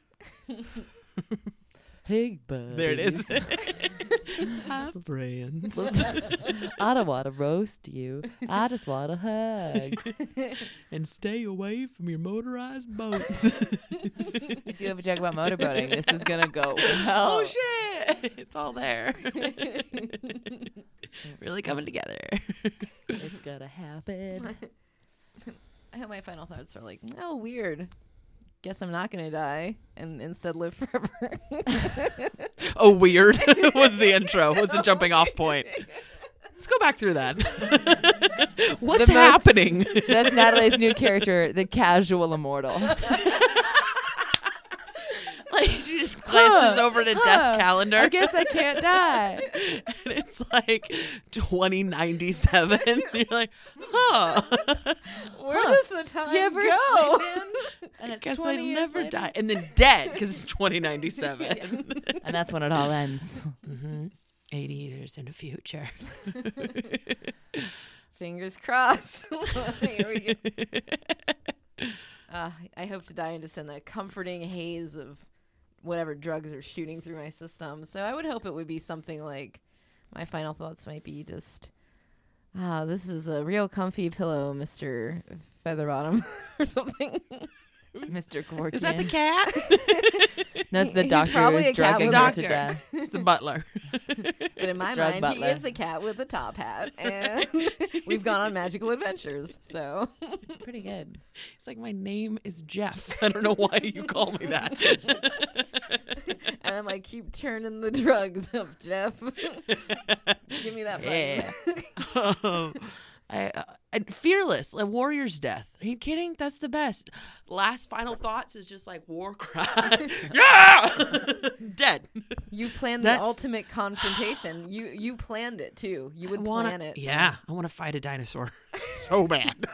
Speaker 2: Hey, buddy.
Speaker 4: there it is.
Speaker 2: <laughs>
Speaker 4: Hi, friends.
Speaker 2: I don't want to roast you. I just want a
Speaker 4: <laughs>
Speaker 2: hug.
Speaker 4: and stay away from your motorized
Speaker 2: <laughs>
Speaker 4: boats.
Speaker 2: I do have a joke about motorboating. This is gonna go well.
Speaker 4: oh shit! <laughs> It's all
Speaker 2: <laughs>
Speaker 4: there. really coming together.
Speaker 2: It's gonna happen.
Speaker 1: I hope my final thoughts are like, oh, weird. Guess I'm not gonna die and instead live
Speaker 2: <laughs>
Speaker 1: forever. <laughs>
Speaker 4: Oh, <laughs> weird was the intro. Was the jumping off point. Let's go back through that. <laughs> What's
Speaker 2: most-
Speaker 4: happening?
Speaker 2: That's
Speaker 4: <laughs>
Speaker 2: Natalie's new character, the casual immortal. <laughs>
Speaker 4: like she just glances
Speaker 2: Huh,
Speaker 4: over to
Speaker 2: huh,
Speaker 4: desk calendar.
Speaker 2: I guess I can't die.
Speaker 4: <laughs> and it's like 2097. <laughs> You're like, huh?
Speaker 1: Where
Speaker 2: Huh.
Speaker 1: does the time
Speaker 2: You ever
Speaker 1: go?
Speaker 2: sleep in? And
Speaker 4: I
Speaker 2: it's
Speaker 4: <laughs> guess I
Speaker 2: 20 years
Speaker 4: never
Speaker 2: later.
Speaker 4: die. And then dead because it's <laughs> 2097.
Speaker 2: And that's when it all
Speaker 4: <laughs>
Speaker 2: ends.
Speaker 4: Mm-hmm. 80 years in the future.
Speaker 1: Fingers crossed. <laughs> Here we go. Uh, I hope to die in just in the comforting haze of whatever drugs are shooting through my system. So I would hope it would be something like my final thoughts might be just, ah, this is a real comfy pillow, Mister Featherbottom, <laughs> or something.
Speaker 2: Mr. Gorkin.
Speaker 4: Is that the cat?
Speaker 2: That's the
Speaker 1: He's
Speaker 2: doctor
Speaker 1: probably a
Speaker 2: who's drugging her
Speaker 1: cat
Speaker 2: to
Speaker 4: with a
Speaker 2: death.
Speaker 4: it's the <laughs> butler.
Speaker 1: But in my
Speaker 2: Drug
Speaker 1: mind,
Speaker 2: butler.
Speaker 1: he is a cat with a top hat, <laughs> and we've gone on magical adventures. So
Speaker 2: Pretty good.
Speaker 4: It's like, my name is Jeff. I don't know why you call me that.
Speaker 1: and I'm like, keep turning the <laughs> drugs up,
Speaker 4: <laughs>
Speaker 1: Jeff. Give me that button.
Speaker 4: um, <laughs> I, uh, and fearless, like warrior's death. Are you kidding? That's the best. Last final thoughts is just like war cry. <laughs> yeah, <laughs> dead.
Speaker 1: <laughs> You planned
Speaker 4: That's-
Speaker 1: the ultimate confrontation. You you planned it too. You would
Speaker 4: Wanna-
Speaker 1: plan it.
Speaker 4: Yeah, I want to fight a dinosaur <laughs> so bad.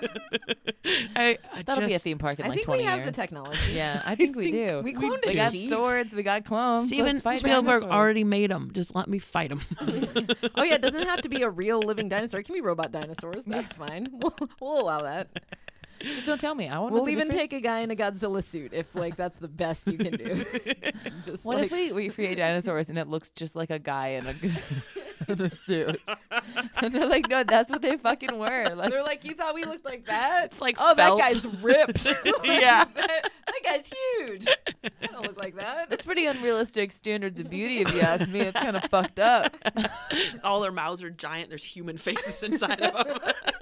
Speaker 4: <laughs> I, I
Speaker 2: That'll be a
Speaker 4: just-
Speaker 2: theme park in
Speaker 1: I
Speaker 2: like
Speaker 1: think
Speaker 2: 20
Speaker 1: we have
Speaker 2: years.
Speaker 1: the technology.
Speaker 2: Yeah, I think <laughs> we do.
Speaker 1: We cloned a
Speaker 2: We got
Speaker 1: sheep.
Speaker 2: swords. We got clones.
Speaker 4: Steven
Speaker 2: let's fight
Speaker 4: Spielberg
Speaker 2: dinosaurs.
Speaker 4: already made him. Just let me
Speaker 2: <laughs>
Speaker 4: fight him.
Speaker 1: Oh yeah, it doesn't have to be a real living dinosaur. It can be robot dinosaurs.
Speaker 4: <laughs>
Speaker 1: That's fine. We'll, we'll allow that.
Speaker 2: Just don't tell me. I won't.
Speaker 1: We'll even take a guy in a Godzilla suit if like that's the best you can
Speaker 4: <laughs>
Speaker 1: do. Just
Speaker 2: What
Speaker 1: like,
Speaker 2: if we <laughs> recreate dinosaurs and it looks just like a guy in a, <laughs> in a suit? And they're like, no, that's what they fucking were. Like,
Speaker 1: they're like, you thought we looked like that?
Speaker 4: It's like
Speaker 1: oh,
Speaker 4: felt.
Speaker 1: that guy's ripped. <laughs> Like,
Speaker 4: <laughs> Yeah.
Speaker 1: that, that guy's huge. I don't look like that.
Speaker 2: that's pretty unrealistic standards of beauty, if you ask me. It's kind of fucked up.
Speaker 4: <laughs>
Speaker 2: <laughs>
Speaker 4: All their mouths are giant. There's human faces inside of them. <laughs>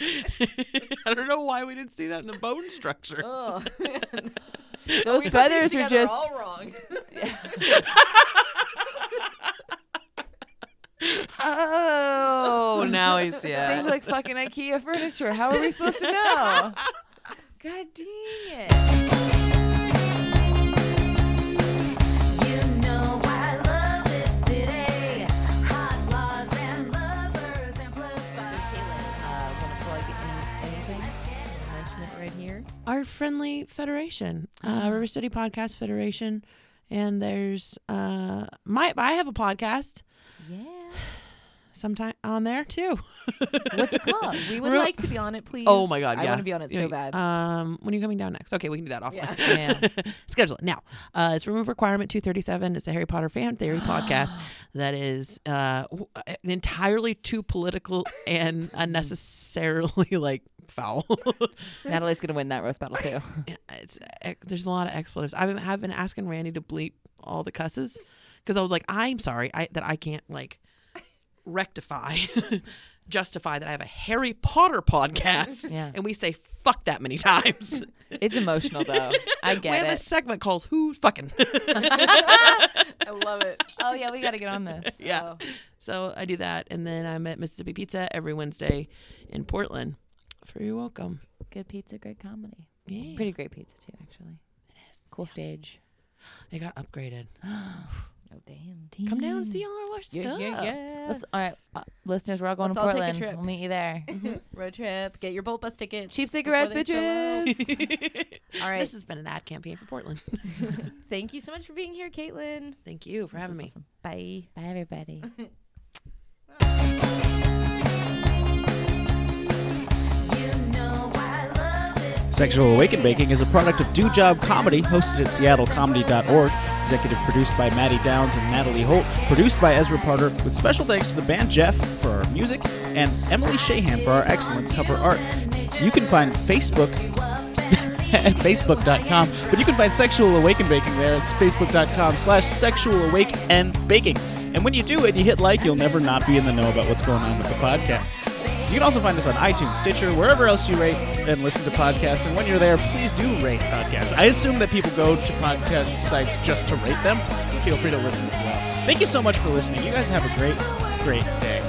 Speaker 2: <laughs>
Speaker 4: I don't know why we didn't see that in the bone structures.
Speaker 1: <laughs>
Speaker 4: <laughs>
Speaker 1: Oh, man.
Speaker 2: Those
Speaker 1: <laughs> We put
Speaker 2: feathers
Speaker 1: these
Speaker 2: are
Speaker 1: together
Speaker 2: just.
Speaker 1: all wrong. <laughs>
Speaker 4: Oh, now <laughs> he's
Speaker 2: Things are like fucking IKEA furniture. How are we supposed to know? <laughs> God dang it.
Speaker 3: You know I love this city. Hot laws and lovers amplify.
Speaker 1: Uh, want to plug any, anything? Wanna Mention it right here.
Speaker 4: Our friendly federation, <gasps> uh, River City Podcast Federation, and there's uh, my I have a podcast.
Speaker 1: Yeah.
Speaker 4: sometime on there too.
Speaker 1: What's it
Speaker 4: <laughs>
Speaker 1: called? We would
Speaker 4: Real-
Speaker 1: like to be on it, please.
Speaker 4: <laughs> Oh my god,
Speaker 1: I
Speaker 4: yeah.
Speaker 1: want to be on it
Speaker 4: Yeah,
Speaker 1: so bad.
Speaker 4: Um, when are you coming down next? Okay, we can do that offline.
Speaker 1: Yeah.
Speaker 4: <laughs> Schedule it now. Uh, it's remove requirement two thirty seven. It's a Harry Potter fan <gasps> theory podcast that is uh, w- uh, entirely too political <laughs> and unnecessarily like foul. <laughs>
Speaker 2: Natalie's gonna win that roast battle <laughs> too.
Speaker 4: Yeah, it's ex- there's a lot of expletives. I've been, I've been asking Randy to bleep all the cusses because I was like, I'm sorry I, that I can't like rectify, <laughs> justify that I have a Harry Potter podcast,
Speaker 2: Yeah.
Speaker 4: and we say fuck that
Speaker 1: <laughs>
Speaker 4: many times.
Speaker 2: It's emotional though. I
Speaker 4: we have
Speaker 2: get
Speaker 4: a
Speaker 2: it.
Speaker 4: segment called "Who Fucking." <laughs>
Speaker 1: I love it.
Speaker 2: Oh <laughs> yeah, we gotta get on this.
Speaker 4: yeah,
Speaker 1: Oh.
Speaker 4: so I do that, and then I'm at Mississippi Pizza every Wednesday in Portland. For your welcome.
Speaker 2: Good pizza, great comedy.
Speaker 4: Yeah,
Speaker 2: Pretty great pizza too, actually. It is cool stage.
Speaker 4: they got upgraded.
Speaker 1: Oh damn.
Speaker 4: Come down and see all our
Speaker 1: Mm. Yeah,
Speaker 4: stuff.
Speaker 1: yeah, yeah.
Speaker 2: Let's all right, uh, listeners. We're all going
Speaker 1: Let's
Speaker 2: to
Speaker 1: all take a
Speaker 2: Portland.
Speaker 1: trip.
Speaker 2: We'll meet you <laughs> there.
Speaker 1: Road trip. Get your Bolt Bus tickets.
Speaker 2: Cheap
Speaker 1: before
Speaker 2: cigarettes,
Speaker 1: they sell out.
Speaker 2: bitches. <laughs>
Speaker 1: All right.
Speaker 4: This has been an ad campaign for Portland.
Speaker 1: Thank you so much for being here, Caitlin.
Speaker 4: Thank you for having me.
Speaker 1: Bye.
Speaker 2: Bye, everybody.
Speaker 6: Sexual Awaken Baking is a product of Do Job Comedy, hosted at seattleComedy.org, executive produced by Maddie Downs and Natalie Holt, produced by Ezra Parter, with special thanks to the band Jeff for our music and Emily Shahan for our excellent cover art. You can find Facebook at facebook.com, but you can find Sexual Awaken Baking there. It's facebook.com slash sexual awake and baking. And when you do and you hit like, you'll never not be in the know about what's going on with the podcast. You can also find us on iTunes, Stitcher, wherever else you rate and listen to podcasts. And when you're there, please do rate podcasts. I assume that people go to podcast sites just to rate them. Feel free to listen as well. Thank you so much for listening. You guys have a great, great day.